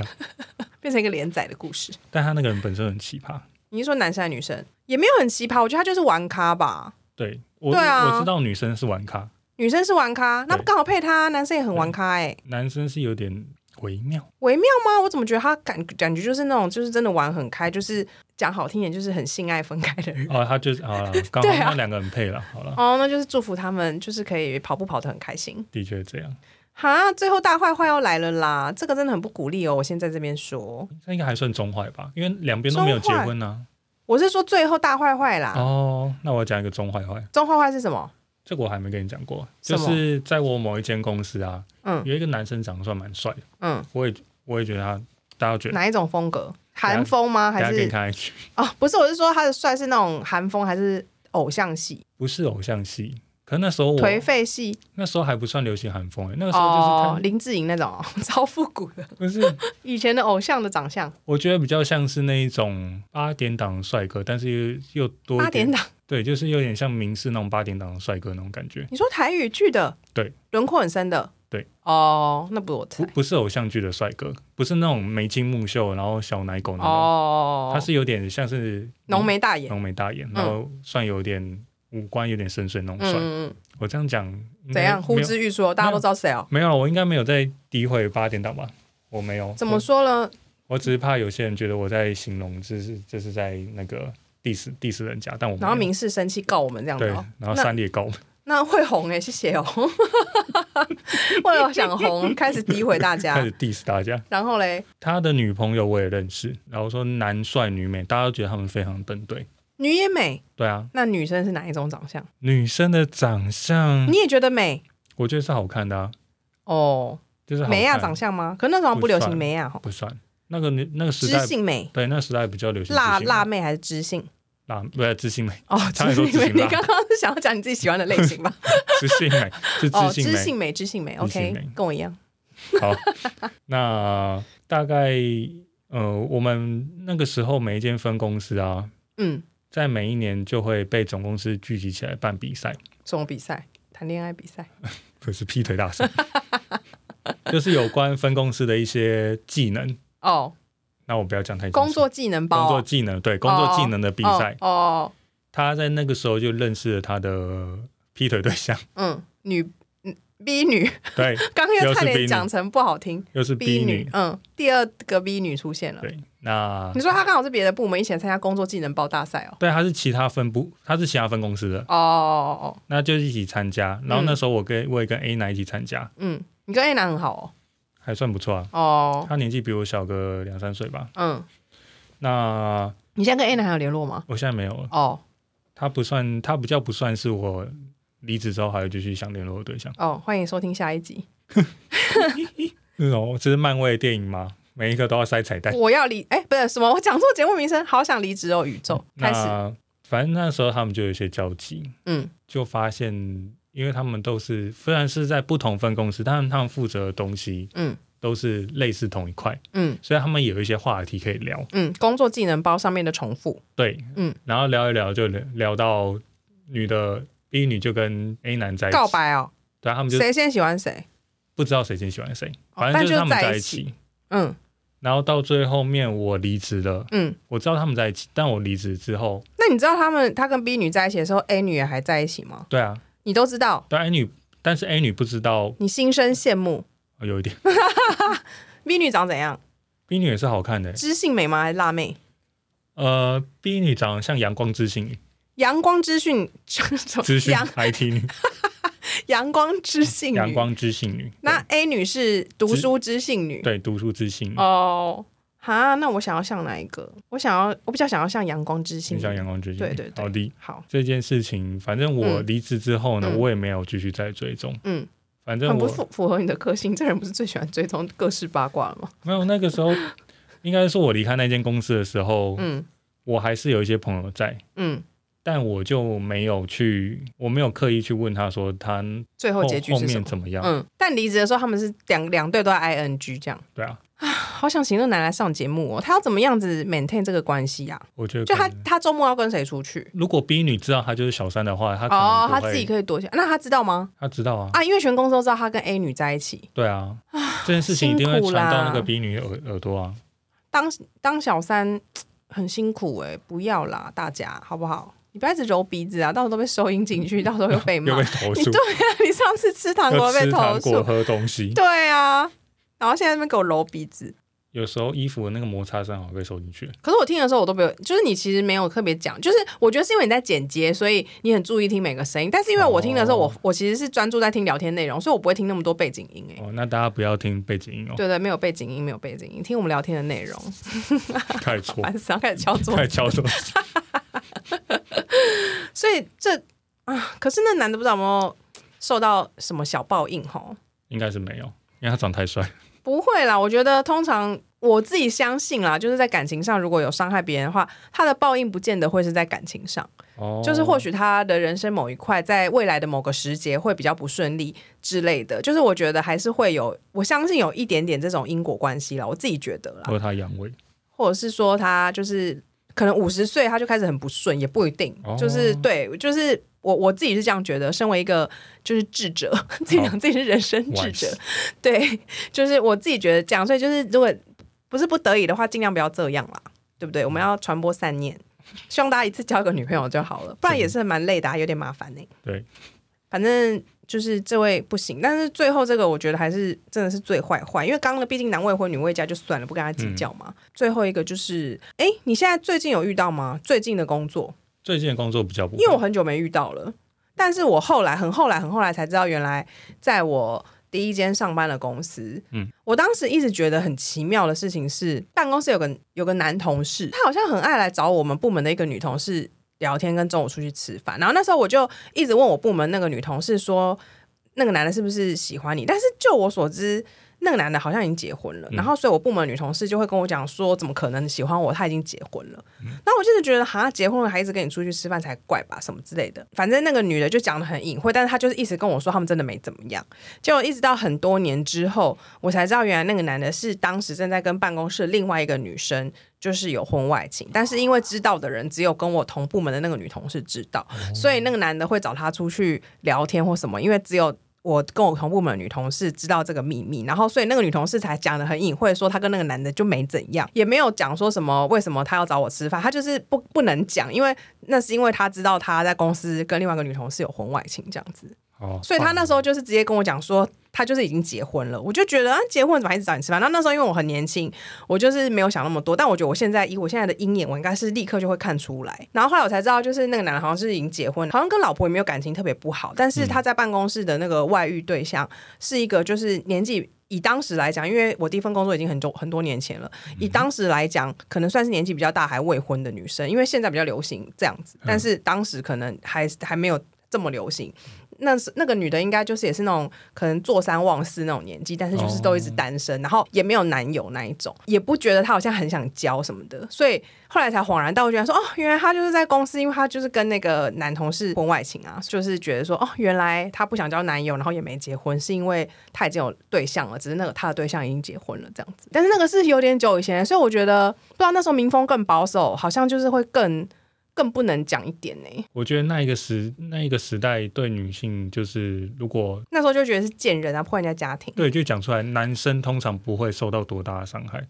A: 变成一个连载的故事。
B: 但他那个人本身很奇葩，
A: 你是说男生还是女生？也没有很奇葩，我觉得他就是玩咖吧。
B: 对我
A: 对啊
B: 我知道女生是玩咖，
A: 女生是玩咖，那
B: 对
A: 刚好配他，男生也很玩咖哎、
B: 男生是有点微妙，
A: 微妙吗？我怎么觉得他感感觉就是那种，就是真的玩很开，就是讲好听点，就是很性爱分开的人。
B: 哦，他就是 好了，刚好
A: 对啊
B: 那两个人配了，好了，
A: 哦，那就是祝福他们，就是可以跑步跑得很开心。
B: 的确这样，
A: 哈，最后大坏坏要来了啦，这个真的很不鼓励哦。我先在这边说，
B: 那应该还算中坏吧，因为两边都没有结
A: 中坏啊
B: 婚呢、
A: 我是说最后大坏坏啦。
B: 哦，那我讲一个中坏坏，
A: 中坏坏是什么？
B: 这个我还没跟你讲过，
A: 什
B: 就
A: 么
B: 是在我某一间公司啊，
A: 嗯
B: 有一个男生长得算蛮帅的，
A: 嗯，
B: 我也我也觉得他，大家觉得，
A: 哪一种风格？韩风吗？
B: 大家
A: 还
B: 可以
A: 是
B: 看 IG，
A: 哦，不是，我是说他的帅是那种韩风还是偶像系？
B: 不是偶像系，可是那时候我
A: 颓废系
B: 那时候还不算流行韩风、欸，那个时候就是看、
A: 哦，林志颖那种哦 超复古的，
B: 不是，
A: 以前的偶像的长相，
B: 我觉得比较像是那一种八点档帅哥，但是又又多
A: 八
B: 一
A: 点
B: 点，
A: 档。
B: 对，就是有点像明视那种八点档的帅哥那种感觉，
A: 你说台语剧的，
B: 对，
A: 轮廓很深的，
B: 对，
A: 哦，那不是我
B: 不
A: 猜，
B: 不是偶像剧的帅哥，不是那种眉清目秀，然后小奶狗那种，
A: 哦，
B: 嗯他是有点像是
A: 浓眉大眼，
B: 浓眉大眼，然后算有点五官有点深邃那种
A: 嗯
B: 帅。
A: 嗯，
B: 我这样讲应
A: 嗯
B: 该
A: 怎样？呼
B: 没有
A: 之欲出哦，大家都知道谁哦。
B: 没有，啊我应该没有在诋毁八点档吧？我没有，
A: 怎么
B: 我？
A: 说呢？
B: 我只是怕有些人觉得我在形容，这是这是在那个 diss diss 人家，但我没有
A: 然后明示生气告我们这样子
B: 对
A: 哦，，
B: 然后
A: 那
B: 三列高，
A: 那会红哎、谢谢哦。 为了想 红，开始诋毁大
B: 开
A: 家
B: 始，diss 大家。
A: 然后嘞，
B: 他的女朋友我也认识，然后说男帅女美，大家都觉得他们非常登对。
A: 女也美，
B: 对啊，
A: 那女生是哪一种长相？
B: 女生的长相
A: 你也觉得美
B: 我觉得是好看的啊，
A: 哦？
B: 就是好
A: 美亚
B: 看
A: 长相吗？可那时候好像不流行美亚吼，
B: 不算那个那个时
A: 知
B: 代，
A: 性美，
B: 对那个时代比较流行
A: 辣
B: 知性美
A: 辣妹还是知性？
B: 辣不是知性美，
A: 哦，
B: 差点说知性
A: 美，
B: 辣
A: 你刚刚是想要讲你自己喜欢的类型吧？
B: 知性美是
A: 哦，
B: 知性
A: 知性
B: 美。
A: 美，知性美
B: 知性美
A: ，OK，跟我一样。
B: 好，那大概呃，我们那个时候每一间分公司啊，
A: 嗯，
B: 在每一年就会被总公司聚集起来办比赛，
A: 什么比赛？谈恋爱比赛？
B: 不是劈腿大赛， 就是有关分公司的一些技能。
A: 哦，
B: 那我不要讲太清楚
A: 工作技能包
B: 工
A: 哦，
B: 作技能，对工作技能的比赛，
A: 哦哦，
B: 他在那个时候就认识了他的 劈腿对象，
A: 哦嗯，女嗯 B 女，
B: 对，
A: 刚刚又差
B: 又是 B 女
A: 点讲成不好听
B: 又是
A: B
B: B
A: 女
B: 女，，
A: 嗯，第二个 B 女出现了。
B: 对，那
A: 你说她刚好是别的部门一起来参加工作技能包大赛哦。
B: 对他是其他分部，他是其他分公司的，
A: 哦哦哦，
B: 那就一起参加。然后那时候我跟、我也跟 A 男一起参加，
A: 嗯，你跟 A 男很好
B: 还算不错啊。
A: 哦。哦，
B: 他年纪比我小个两三岁吧。
A: 嗯，
B: 那
A: 你现在跟 A 男还有联络吗？
B: 我现在没有了，
A: 哦
B: 他不算，他比较不算是我离职之后还有继续想联络的对象。
A: 哦，欢迎收听下一集。
B: 那种这是漫威的电影吗？每一个都要塞彩蛋。
A: 我要离，哎，不是什么，我讲错节目名称，好想离职哦，宇宙开始。
B: 嗯那反正那时候他们就有一些交集，
A: 嗯
B: 就发现，因为他们都是虽然是在不同分公司，但是他们负责的东西
A: 嗯
B: 都是类似同一块，
A: 嗯
B: 所以他们有一些话题可以聊。
A: 嗯，工作技能包上面的重复。
B: 对，
A: 嗯，
B: 然后聊一聊就聊聊到女的 B 女就跟 A 男在一起
A: 告，白哦，
B: 对，他们就
A: 谁先喜欢谁？
B: 不知道谁先喜欢谁，
A: 哦
B: 反正就是他们
A: 但就是在
B: 在
A: 一
B: 一
A: 起
B: 起。
A: 嗯
B: 然后到最后面我离职了，
A: 嗯。
B: 我知道他们在一起，但我离职之后，
A: 那你知道他们他跟 B 女在一起的时候，A 女也还在一起吗？
B: 对啊，
A: 你都知道，
B: 对 A 女，但是 A 女不知道
A: 你心生羡慕。
B: 呃有一点
A: B 女长怎样？
B: ，B 女也是好看的，
A: 知性美吗？还是辣妹？
B: 呃，B 女长得像阳光之星
A: 阳光之讯， 什么
B: 之星
A: 阳
B: IT 女，
A: 阳光之性女
B: 阳。光之星女，
A: 那 A 女是读书之性女
B: 对对读书之星女，
A: 哦。哈，那我想要像哪一个？我想要，我比较想要像阳光之性
B: 你像
A: 女。
B: 阳光之星女，
A: 对对对
B: 好的。
A: 好，
B: 这件事情，反正我
A: 嗯
B: 离职之后呢，
A: 嗯
B: 我也没有继续再追踪。
A: 嗯，
B: 反正
A: 很不
B: 我
A: 符符合你的个性。这人不是最喜欢追踪各式八卦了吗？
B: 没有那 个时候，应该是我离开那间公司的时候，
A: 嗯
B: 我还是有一些朋友在，
A: 嗯，
B: 但我就没有去，我没有刻意去问他说他
A: 最后
B: 后
A: 结局
B: 后
A: 是什
B: 面
A: 么？
B: 怎么样。
A: 嗯，但离职的时候他们是两两队都在 ing 这样。
B: 对啊，
A: 好想请那男来上节目哦，他要怎么样子 maintain 这个关系啊？
B: 我觉得
A: 就
B: 可
A: 他
B: 能
A: 他周末要跟谁出去？
B: 如果 B 女知道他就是小三的话，他可能
A: 哦，
B: 不
A: 他
B: 会
A: 自己可以躲起来。那他知道吗？
B: 他知道啊，
A: 啊，因为全公司都知道他跟 A 女在一起，
B: 对啊，这件事情一定会
A: 辛苦
B: 传
A: 啦
B: 到那个 B 女耳耳朵啊。
A: 当当小三很辛苦哎、不要啦，大家好不好？你不要一直揉鼻子啊，到时候都被收音进去，到时候又被骂
B: 又。被投
A: 你
B: 诉，
A: 对啊，你上次吃糖果
B: 又
A: 被
B: 吃
A: 投
B: 糖果
A: 诉，
B: 喝东西，
A: 对啊，然后现在在那边给我揉鼻子。
B: 有时候衣服的那个摩擦声好像被收进去。
A: 可是我听的时候，我都没有，就是你其实没有特别讲，就是我觉得是因为你在剪接，所以你很注意听每个声音。但是因为我听的时候，
B: 哦
A: 我我其实是专注在听聊天内容，所以我不会听那么多背景音哎、
B: 哦，那大家不要听背景音哦，
A: 对对，没有背景音，没有背景音，听我们聊天的内容，
B: 太错，
A: 烦死了，开始敲桌
B: 太
A: 子。
B: 敲手指。
A: 所以这啊，可是那男的不知道有没有受到什么小报应吼？
B: 应该是没有，因为他长太帅。
A: 不会啦，我觉得通常我自己相信啦，就是在感情上如果有伤害别人的话，他的报应不见得会是在感情上，
B: 哦，
A: 就是或许他的人生某一块在未来的某个时节会比较不顺利之类的。就是我觉得还是会有，我相信有一点点这种因果关系啦，我自己觉得啦，
B: 或者他阳痿，
A: 或者是说他就是可能五十岁他就开始很不顺，也不一定，
B: 哦
A: 就是对，就是。我我自己是这样觉得，身为一个就是智者，自己讲自己是人生智者，对，就是我自己觉得这样，所以就是如果不是不得已的话，尽量不要这样啦，对不对？我们要传播善念，希望大家一次交一个女朋友就好了，不然也是蛮累的、啊，有点麻烦呢、
B: 对，
A: 反正就是这位不行，但是最后这个我觉得还是真的是最坏坏，因为刚刚的毕竟男未婚女未嫁就算了，不跟他计较嘛。最后一个就是，哎，你现在最近有遇到吗？最近的工作，
B: 最近的工作比较不好，
A: 因为我很久没遇到了，但是我后来很后来很后来才知道，原来在我第一间上班的公司，
B: 嗯
A: 嗯，我当时一直觉得很奇妙的事情是，办公室有个有个男同事，他好像很爱来找我们部门的一个女同事聊天，跟中午出去吃饭。然后那时候我就一直问我部门那个女同事说，那个男的是不是喜欢你？但是就我所知。那个男的好像已经结婚了，然后所以我部门女同事就会跟我讲说，怎么可能喜欢我？他已经结婚了。那我就是觉得，哈，结婚了还一直跟你出去吃饭才怪吧，什么之类的。反正那个女的就讲的很隐晦，但是她就是一直跟我说他们真的没怎么样。结果一直到很多年之后，我才知道原来那个男的是当时正在跟办公室另外一个女生就是有婚外情，但是因为知道的人只有跟我同部门的那个女同事知道，所以那个男的会找她出去聊天或什么，因为只有。我跟我同部门的女同事知道这个秘密，然后所以那个女同事才讲的很隐晦，说她跟那个男的就没怎样，也没有讲说什么为什么她要找我吃饭，她就是不不能讲，因为那是因为她知道她在公司跟另外一个女同事有婚外情这样子。
B: 哦，
A: 所以他那时候就是直接跟我讲说，他就是已经结婚了。我就觉得啊，结婚怎么还一直找你吃饭？然后那时候因为我很年轻，我就是没有想那么多。但我觉得我现在以我现在的鹰眼，我应该是立刻就会看出来。然后后来我才知道，就是那个男的好像是已经结婚，好像跟老婆也没有感情特别不好，但是他在办公室的那个外遇对象是一个就是年纪。以当时来讲，因为我第一份工作已经很久很多年前了，以当时来讲，可能算是年纪比较大还未婚的女生，因为现在比较流行这样子，但是当时可能还还没有这么流行。那是那个女的，应该就是也是那种可能坐三望四那种年纪，但是就是都一直单身，然后也没有男友那一种，也不觉得她好像很想交什么的，所以后来才恍然大悟，觉得说哦，原来她就是在公司，因为她就是跟那个男同事婚外情啊，就是觉得说哦，原来她不想交男友，然后也没结婚，是因为她已经有对象了，只是那个她的对象已经结婚了这样子。但是那个是有点久以前，所以我觉得不知道那时候民风更保守，好像就是会更更不能讲一点欸呢、
B: 我觉得那一个时那一个时代对女性就是如果
A: 那时候就觉得是贱人啊，破坏人家家庭。
B: 对就讲出来，男生通常不会受到多大的伤害。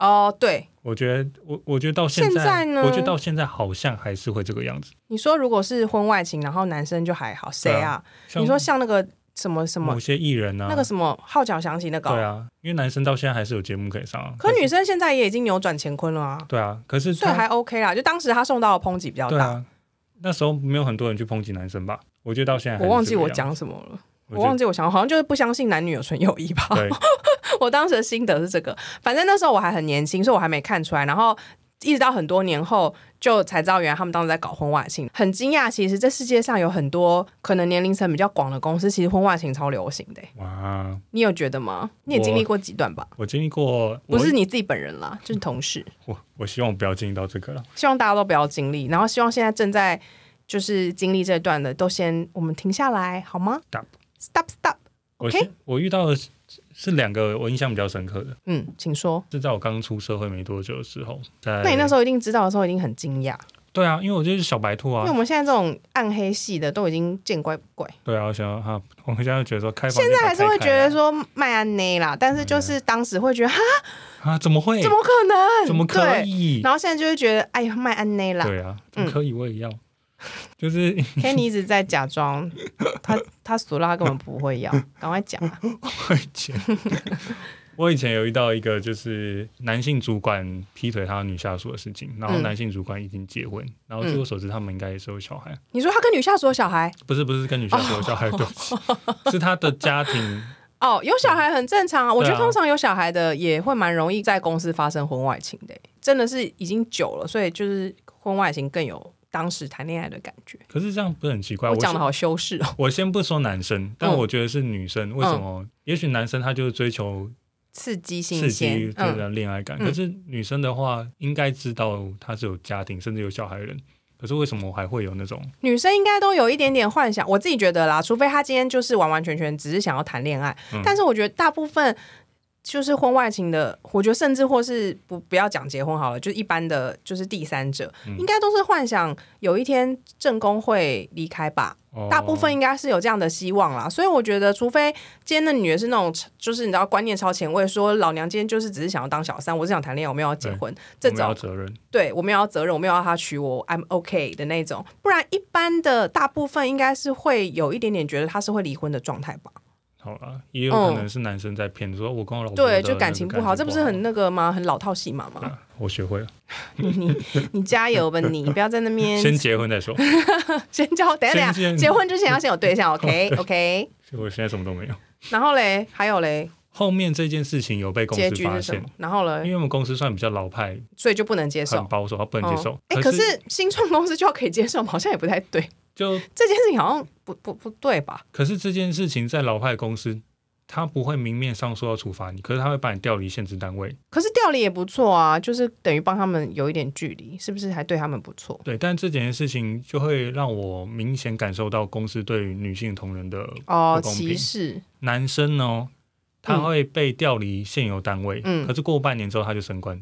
A: 哦，对，
B: 我觉得我我觉得到现在
A: 现在呢
B: 我觉得到现在好像还是会这个样子。
A: 你说如果是婚外情，然后男生就还好，谁
B: 对
A: 啊？
B: 像
A: 你说像那个什么什么、
B: 某些艺人啊，
A: 那个什么号角响起那个哦、
B: 对啊，因为男生到现在还是有节目可以上啊。
A: 可
B: 但
A: 女
B: 是
A: 生现在也已经扭转乾坤了啊，
B: 对啊，可是
A: 所以
B: 他
A: 还 OK 啦。就当时他受到的抨击比较
B: 对
A: 大，
B: 啊，那时候没有很多人去抨击男生吧？我觉得到现在还
A: 我
B: 是
A: 忘记
B: 这个
A: 我
B: 样子，
A: 讲什么了。我
B: 觉得
A: 忘记我想，好像就是不相信男女有纯友谊吧。
B: 对，
A: 我当时的心得是这个，反正那时候我还很年轻，所以我还没看出来。然后一直到很多年后，就才知道原来他们当时在搞婚外情，很惊讶。其实这世界上有很多可能年龄层比较广的公司，其实婚外情超流行的欸、
B: 哇，
A: 你有觉得吗？你也经历过几段吧？
B: 我经历过，
A: 不
B: 我
A: 是你自己本人啦，就是同事。
B: 我我希望我不要经历到这个了。
A: 希望大家都不要经历，然后希望现在正在就是经历这段的，都先我们停下来好吗
B: Stop
A: stop stop
B: 我
A: OK
B: 是我遇到的是是两个我印象比较深刻的，
A: 嗯，请说。
B: 是在我刚出社会没多久的时候，在
A: 那你那时
B: 候
A: 候一定知道的时候，一定很惊讶，
B: 对啊，因为我就是小白兔
A: 因为
B: 啊
A: 我，们现在这种暗黑系的都已经见怪不怪。
B: 对啊，我想要哈、我们现在觉得说开啊放，现
A: 现在还是会觉得说麦安内啦，但是就是当时会觉得哈，
B: 啊，怎么会？
A: 怎么可能？
B: 怎么可
A: 对？
B: 以？
A: 然后现在就会觉得，哎呀，麦安内啦
B: 对啊，怎
A: 嗯
B: 么可以？我也要，就是
A: ，Kenny 一直在假装，他他熟了，他根本不会 要，赶快讲啊！
B: 我以 前，我以前有遇到一个就是男性主管劈腿他的女下属的事情，然后
A: 嗯
B: 男性主管已经结婚，然后据我所知，他们应该也是有小孩，
A: 你说他跟女下属有小孩
B: 不是不是跟女下属有小孩，对不 起，是他的家庭。
A: 哦，有小孩很正常啊。我觉得
B: 对啊
A: 通常有小孩的也会蛮容易在公司发生婚外情的欸，真的是已经久了，所以就是婚外情更有当时谈恋爱的感觉。
B: 可是这样不是很奇怪？
A: 啊我
B: 我
A: 讲的
B: 先
A: 好修饰哦，
B: 我先不说男生，但
A: 嗯
B: 我觉得是女生，为什么？也许男生他就是追求
A: 刺激新
B: 刺
A: 鲜
B: 激，这
A: 嗯，
B: 个恋爱感。
A: 嗯
B: 可是女生的话，应该知道她是有家庭，甚至有小孩的人。可是为什么我还会有那种
A: 女生应该都有一点点幻想，我自己觉得啦，除非她今天就是完完全全只是想要谈恋爱，
B: 嗯
A: 但是我觉得大部分就是婚外情的，我觉得甚至或是不不要讲结婚好了，就是一般的，就是第三者，
B: 嗯
A: 应该都是幻想有一天正宫会离开吧，
B: 哦
A: 大部分应该是有这样的希望啦，所以我觉得，除非今天的女人是那种，就是你知道观念超前卫，说老娘今天就是只是想要当小三，我是想谈恋爱，我没有要结婚，这
B: 我们要
A: 种
B: 责任？
A: 对我没有要责任，我没有要他娶我，I'm OK 的那种。不然一般的大部分应该是会有一点点觉得他是会离婚的状态吧？
B: 好啦，也有可
A: 嗯
B: 能是男生在骗，说我跟我老婆
A: 对，
B: 的
A: 就感情不
B: 不
A: 好，这不是很那个吗？很老套戏码吗？
B: 啊我学会了，
A: 你你你加油吧，你不要在那边
B: 先结婚再说。
A: 先交，等一下等一下，
B: 先见
A: 结婚之前要先有对象，OK OK。
B: 所以我现在什么都没有。
A: 然后嘞，还有嘞，
B: 后面这件事情有被公
A: 结
B: 司
A: 局
B: 发
A: 是什
B: 现
A: 么，？然后
B: 因
A: 嘞，
B: 为我们公司算比较老派，
A: 所以就不能接受
B: 很。保守，他不能接受
A: 哦。哎、可是新创公司就要可以接受吗？好像也不太对，
B: 就
A: 这件事情好像不不不对吧？
B: 可是这件事情在老派公司，他不会明面上说要处罚你，可是他会把你调离现职单位。
A: 可是调离也不错啊，就是等于帮他们有一点距离，是不是还对他们不错？
B: 对，但这件事情就会让我明显感受到公司对于女性同仁的
A: 哦，
B: 不公平
A: 歧视，
B: 男生哦，他会被调离现有单位，
A: 嗯
B: 可是过半年之后他就升官。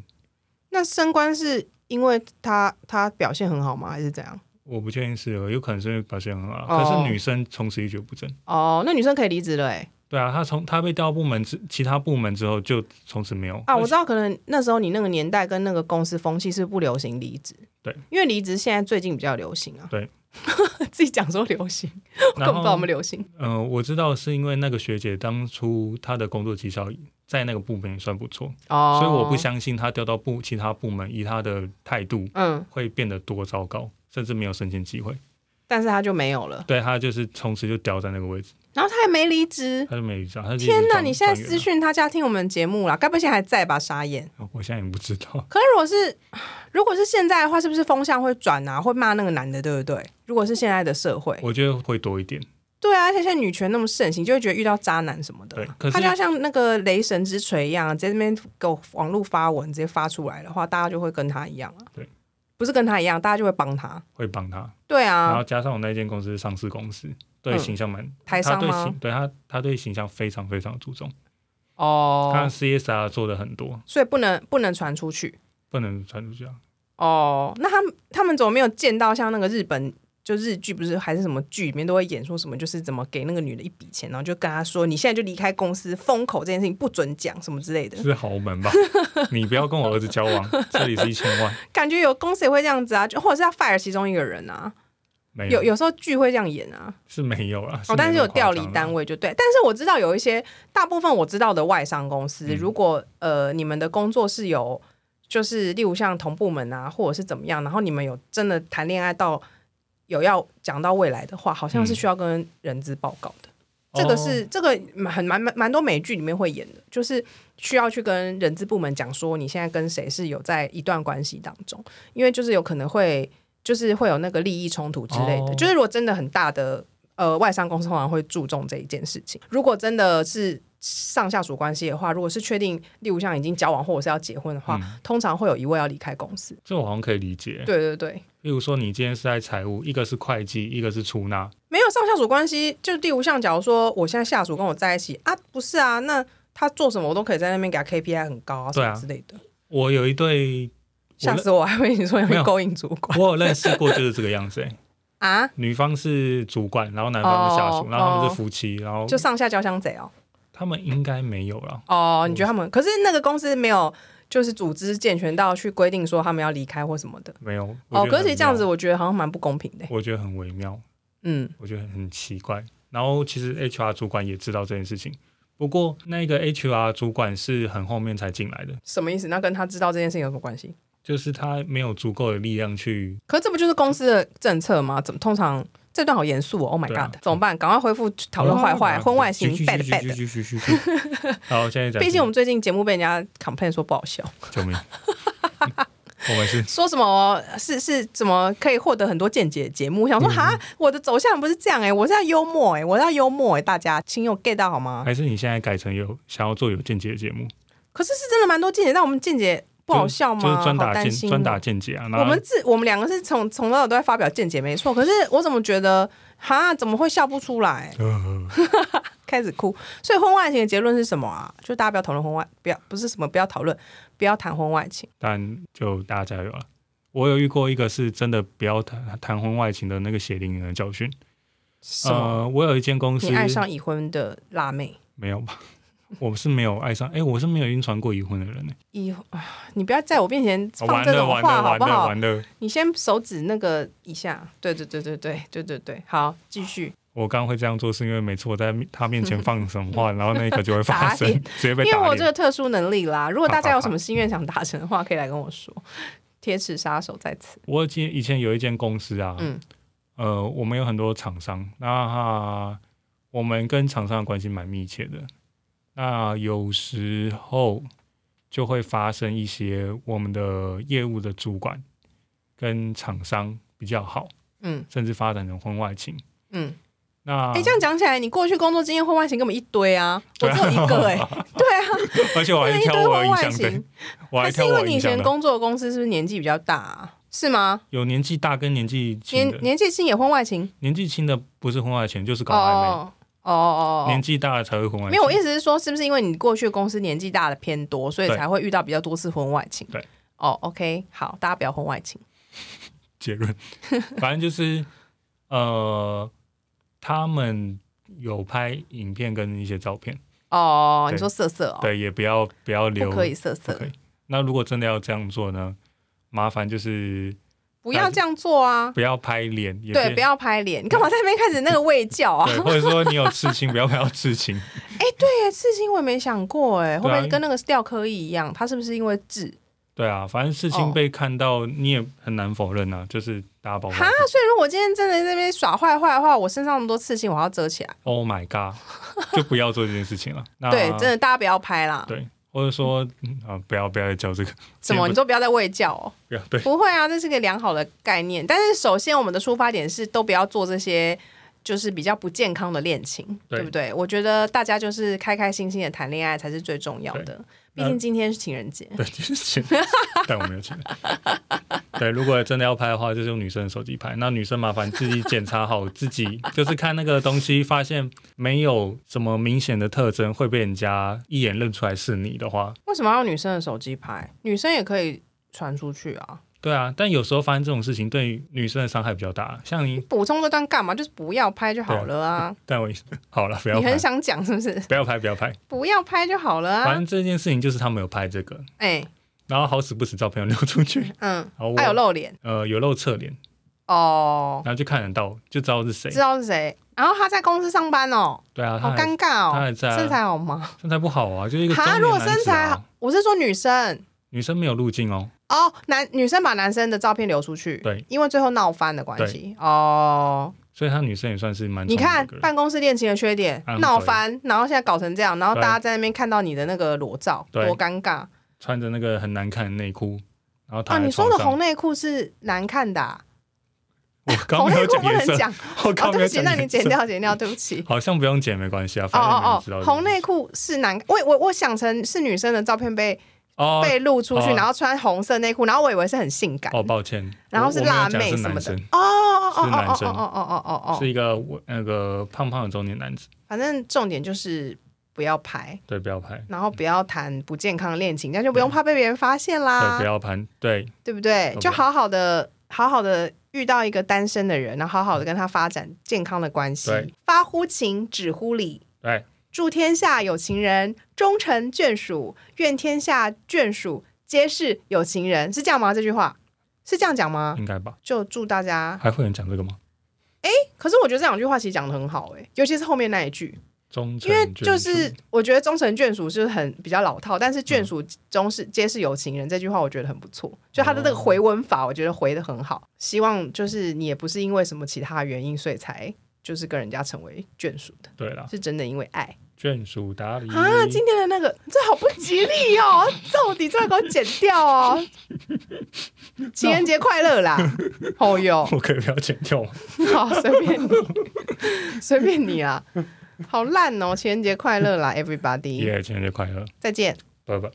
A: 那升官是因为他他表现很好吗？还是怎样？
B: 我不确定是有可能是因为表现很好啦，
A: 哦
B: 可是女生从此一蹶不振。
A: 哦，那女生可以离职了哎、
B: 对啊，她从她被调到部门之其他部门之后，就从此没有
A: 啊，我知道，可能那时候你那个年代跟那个公司风气是不流行离职，
B: 对，
A: 因为离职现在最近比较流行啊，
B: 对，
A: 自己讲说流行，我根
B: 然
A: 本不知道我
B: 后
A: 们流行，
B: 嗯、我知道是因为那个学姐当初她的工作绩效在那个部门也算不错，
A: 哦，
B: 所以我不，相信她调到部其他部门，以她的态度
A: 嗯，
B: 会变得多糟糕，甚至没有升迁机会。
A: 但是他就没有了。
B: 对她就是从此就吊在那个位置，
A: 然后他还没离职。
B: 她就没有上。她就一直
A: 天
B: 当
A: 你现在
B: 当员
A: 私
B: 了
A: 讯他家听我们节目啦，该不会现在还在吧？傻眼。
B: 我现在也不 知道，
A: 可是如果是如果是现在的话，是不是风向会转啊？会骂那个男的，对不对？如果是现在的社会，
B: 我觉得会多一点。
A: 对啊，而且现在女权那么盛行，就会觉得遇到渣男什么的
B: 对，可是
A: 他就要像那个雷神之锤一样，啊直接那边给我网络发文，直接发出来的话，大家就会跟他一样啊。
B: 对，
A: 不是跟他一样，大家就会帮他。
B: 会帮她。
A: 对
B: 然
A: 啊
B: 后，加上我那间公司是上市公司，对
A: 嗯
B: 形象蛮，
A: 台
B: 他
A: 商
B: 对
A: 吗
B: 形？对他他对形象非常非常注重，他
A: 哦，
B: CSR 做的很多，
A: 所以不能不能传出去。
B: 不能传出去啊。
A: 哦，那他们他们怎么没有见到像那个日本就日剧不是还是什么剧里面都会演说什么就是怎么给那个女的一笔钱，然后就跟她说你现在就离开公司封口这件事情不准讲什么之类的，
B: 是豪门吧？ 你不要跟我儿子交往，这里是一千万，
A: 感觉有公司也会这样子啊，就或者是要 fire 其中一个人啊，
B: 没
A: 有
B: 有
A: 有时候剧会这样演啊，
B: 是没有啦。
A: 哦，但是有调离单
B: 位，
A: 位就对。但是我知道有一些大部分我知道的外商公司，如果呃你们的工作是有，就是例如像同部门啊，或者是怎么样，然后你们有真的谈恋爱到有要讲到未来的话，好像是
B: 嗯
A: 需要跟人资报告的。这
B: 哦
A: 个是、这个很蛮蛮蛮多美剧里面会演的，就是需要去跟人资部门讲说你现在跟谁是有在一段关系当中，因为就是有可能会就是会有那个利益冲突之类的。
B: 哦
A: 就是如果真的很大的呃外商公司通常会注重这一件事情，如果真的是。上下属关系的话，如果是确定，例如像已经交往或者是要结婚的话，
B: 嗯
A: 通常会有一位要离开公司。
B: 这我好像可以理解。
A: 对对对，
B: 例如说，你今天是在财务，一个是会计，一个是出纳，
A: 没有上下属关系，就例如像假如说我现在下属跟我在一起啊，不是啊，那他做什么我都可以在那边给他 KPI 很高啊，什
B: 对
A: 么
B: 啊
A: 之类的，
B: 我有一对，
A: 吓死我！我还会你说你
B: 没
A: 会
B: 有
A: 勾引主管
B: 我有认识过，就是这个样子、欸。
A: 啊，
B: 女方是主管，然后男方是下属，
A: 哦
B: 然后他们是夫妻，然后
A: 就上下交相贼哦。
B: 他们应该没有啦。
A: 哦，你觉得他们？可是那个公司没有就是组织健全到去规定说他们要离开或什么的。
B: 没有
A: 哦，
B: 我觉得
A: 可
B: 很
A: 是其实这样子
B: 妙
A: 我觉得好像蛮不公平的。欸
B: 我觉得很微妙，
A: 嗯，
B: 我觉得很奇怪。然后其实 HR 主管也知道这件事情，不过那个 HR 主管是很后面才进来的，
A: 什么意思？那跟他知道这件事情有什么关系？
B: 就是他没有足够的力量去。
A: 可是这不就是公司的政策吗？怎么通常这段好严肃哦？Oh my
B: 对啊
A: god！、怎么办？赶快恢复讨论坏
B: 嗯
A: 坏、婚外情
B: 嘘嘘
A: ，bad
B: 嘘
A: bad
B: 嘘。嘘嘘嘘嘘嘘 然后现在在，
A: 毕竟我们最近节目被人家 complain 说不好笑，
B: 救命，我们是
A: 说什么哦是是怎么可以获得很多见解的节目，想说
B: 嗯
A: 哈、我的走向不是这样哎、我是要幽欸默哎、我是要幽默哎、大家请有 get 到好吗？
B: 还是你现在改成有想要做有见解的节目？
A: 可是是真的蛮多见解，但我们见解不好笑吗？
B: 就是专
A: 好
B: 打
A: 担
B: 见
A: 心
B: 专
A: 哦
B: 打见解啊。然后
A: 我们自我们两个是从从头到尾都在发表见解，没错。可是我怎么觉得，哈，怎么会笑不出来？
B: 呃
A: 开始哭。所以婚外情的结论是什么啊？就大家不要讨论婚外，不要不是什么不要讨论，不要谈婚外情。
B: 但就大家加油了。我有遇过一个是真的不要谈谈婚外情的那个血淋淋的教训。
A: 什么？
B: 呃，我有一间公司
A: 你爱上已婚的辣妹？
B: 没有吧？ 我是没有爱上，哎、我是没有晕船过已婚的人呢、
A: 已婚啊你不要在我面前 放
B: 完
A: 这
B: 了
A: 种
B: 完
A: 话
B: 了
A: 好
B: 完
A: 不
B: 了
A: 好？
B: 完了！
A: 你先手指那个一下，对对对对对对对对，好，继续。
B: 我刚刚会这样做，是因为每次我在他面前放什 么话，然后那一刻就会发
A: 打
B: 生
A: 脸，
B: 直接被
A: 因为
B: 打
A: 我有这
B: 脸。
A: 个特殊能力啦，如果大家有什么心愿想达成的话，可以来跟我说。铁齿杀手在此，
B: 我以前以前有一间公司啊，
A: 嗯
B: 呃，我们有很多厂商，那、我们跟厂商的关系蛮密切的。那有时候就会发生一些我们的业务的主管跟厂商比较好，
A: 嗯
B: 甚至发展成婚外情。
A: 嗯。
B: 那
A: 哎、这样讲起来，你过去工作经验婚外情根本一堆啊，我
B: 对啊
A: 只有一个哎、对啊，
B: 而且我还
A: 真的
B: 是
A: 一
B: 挑
A: 堆
B: 我有
A: 婚
B: 印
A: 外
B: 象的
A: 情。，
B: 我
A: 还
B: 还
A: 是
B: 挑
A: 因
B: 我
A: 为
B: 有
A: 你
B: 印
A: 以
B: 象
A: 前
B: 的。
A: 工作的公司是不是年纪比较大、啊？是吗？
B: 有年纪大跟年纪轻
A: 年
B: 的，
A: 年纪轻也婚外情？
B: 年纪轻的不是婚外情就是搞暧
A: 哦哦哦
B: 昧，
A: 哦
B: 年纪大的才会婚外
A: 哦，
B: 情。
A: 没有，我意思是说，是不是因为你过去的公司年纪大的偏多，所以
B: 对
A: 才会遇到比较多次婚外情？
B: 对。
A: 哦，OK，好，大家不要婚外情。
B: 结论，反正就是呃，他们有拍影片跟一些照片，
A: 哦，你
B: 对
A: 说色色哦，
B: 对，也不要不要留，
A: 不可以色
B: 不
A: 色
B: 可，以那如果真的要这样做呢，麻烦就是
A: 不要这样做啊。
B: 不要拍脸，也
A: 对，不要拍脸，你干嘛在那边开始那个喂教啊？哎
B: 对，或者说你有刺青，不要拍到刺青。
A: 这事情我也没想过哎、会不
B: 对啊
A: 会跟那个吊科一样？他是不是因为痣？
B: 对啊，反正刺
A: 哦
B: 青被看到，你也很难否认啊，就是大家保护。
A: 哈，所以如果今天真的在那边耍坏坏的话，我身上那么多刺青，我还要遮起来。
B: Oh my god，就不要做这件事情了。那
A: 对，真的大家不要拍啦。
B: 啊对或者说嗯啊，不要不要再教这个，
A: 什么？你
B: 也不
A: 说不要再喂教哦？
B: 不要对
A: 不会啊，这是个良好的概念。但是首先，我们的出发点是都不要做这些。就是比较不健康的恋情，
B: 对
A: 不对？我觉得大家就是开开心心的谈恋爱才是最重要的。毕
B: 那
A: 竟今天是情人节，
B: 对，就是钱， 但我没有钱。对，如果真的要拍的话，就是用女生的手机拍。那女生麻烦自己检查好自己，就是看那个东西，发现没有什么明显的特征会被人家一眼认出来是你的话，
A: 为什么要用女生的手机拍？女生也可以传出去啊。
B: 对啊。但有时候发生这种事情，对女生的伤害比较大。像你，
A: 补充这段干嘛？就是不要拍就好了啊！
B: 但我好啊了，不要
A: 你
B: 拍
A: 很，想讲是不是？
B: 不要拍，不要拍。
A: 不要拍就好了
B: 反
A: 啊！
B: 正这件事情就是他们有拍这个，
A: 哎、
B: 然后好死不死照片有流出去，
A: 嗯，
B: 然后我
A: 还有露脸
B: 呃有露侧脸，
A: 哦，
B: 然后就看得到，就知道是谁
A: 知。道是谁。然后他在公司上班哦，
B: 对啊，
A: 好
B: 他还
A: 尴尬
B: 他
A: 哦
B: 还，在啊
A: 身材好吗？
B: 身材不好啊，就是一个中
A: 哈，
B: 年
A: 如果
B: 男子啊
A: 身材好，我是说女生
B: 女生没有路径哦，
A: 哦，男女生把男生的照片流出去，
B: 对，
A: 因为最后闹翻的关系哦。
B: 所以她女生也算是蛮
A: 你
B: 聪明的
A: 看
B: 一个人
A: 办公室恋情的缺点
B: 啊，
A: 闹翻，然后现在搞成这样，然后
B: 对
A: 大家在那边看到你的那个裸照，
B: 对
A: 多尴尬
B: 穿着那个很难看的内裤，然后
A: 啊！
B: 躺
A: 你
B: 在
A: 说
B: 床
A: 的
B: 上，
A: 红内裤是难看的啊、
B: 我 刚
A: 红
B: 没
A: 内
B: 有
A: 裤
B: 讲
A: 不
B: 颜色
A: 能，讲，
B: 我
A: 哦，
B: 刚没
A: 对
B: 有
A: 不起，
B: 讲，
A: 那你剪，掉，剪掉，对不起。
B: 好像不用剪没关系啊，
A: 哦
B: 反正你们
A: 哦
B: 知道
A: 哦，
B: 就
A: 红内裤是男，我我我想成是女生的照片被、
B: 哦
A: 被露出去，
B: 哦
A: 然后穿红色内裤，然后我以为是很性感，
B: 哦，抱歉，
A: 然后
B: 我
A: 是
B: 我没有
A: 辣
B: 讲
A: 妹
B: 是
A: 什么
B: 男
A: 的
B: 生，。
A: 哦哦哦
B: 是
A: 哦
B: 男
A: 哦
B: 生
A: 哦哦哦哦哦，
B: 是一个我那个胖胖的中年男子，
A: 反正重点就是不要拍，
B: 对，不要拍，
A: 然后不要谈不健康的恋情，这样就不用怕被别人发现啦，
B: 对，不要
A: 啊
B: 拍，对，
A: 对不对？
B: 不
A: 就
B: 要
A: 好好的好好的遇到一个单身的人，然后好好的跟他发展健康的关系
B: 对，
A: 发乎情，止乎礼。
B: 对，
A: 祝天下有情人终成眷属，愿天下眷属皆是有情人，是这样吗？这句话是这样讲吗？
B: 应该吧？
A: 就祝大家。
B: 还会有人讲这个吗？
A: 可是我觉得这两句话其实讲的很好诶、尤其是后面那一句，
B: 忠诚
A: 因为
B: 眷属，
A: 就是我觉得终成眷属是很比较老套，但是眷属终是皆是有情人这句话我觉得很不错，就他的那个回文法，我觉得回的很好。希望就是你也不是因为什么其他原因，所以才就是跟人家成为眷属的，
B: 对啦，
A: 是真的因为爱。
B: 眷属打理
A: 啊，今天的那个这好不吉利哦！ 到底这个给我剪掉哦！情人节快乐啦！哦哟，
B: 我可以不要剪掉吗？
A: 好随便你，随便你啦，好烂哦！情人节快乐啦，everybody，
B: 耶，情人节快乐，
A: 再见。
B: 拜拜。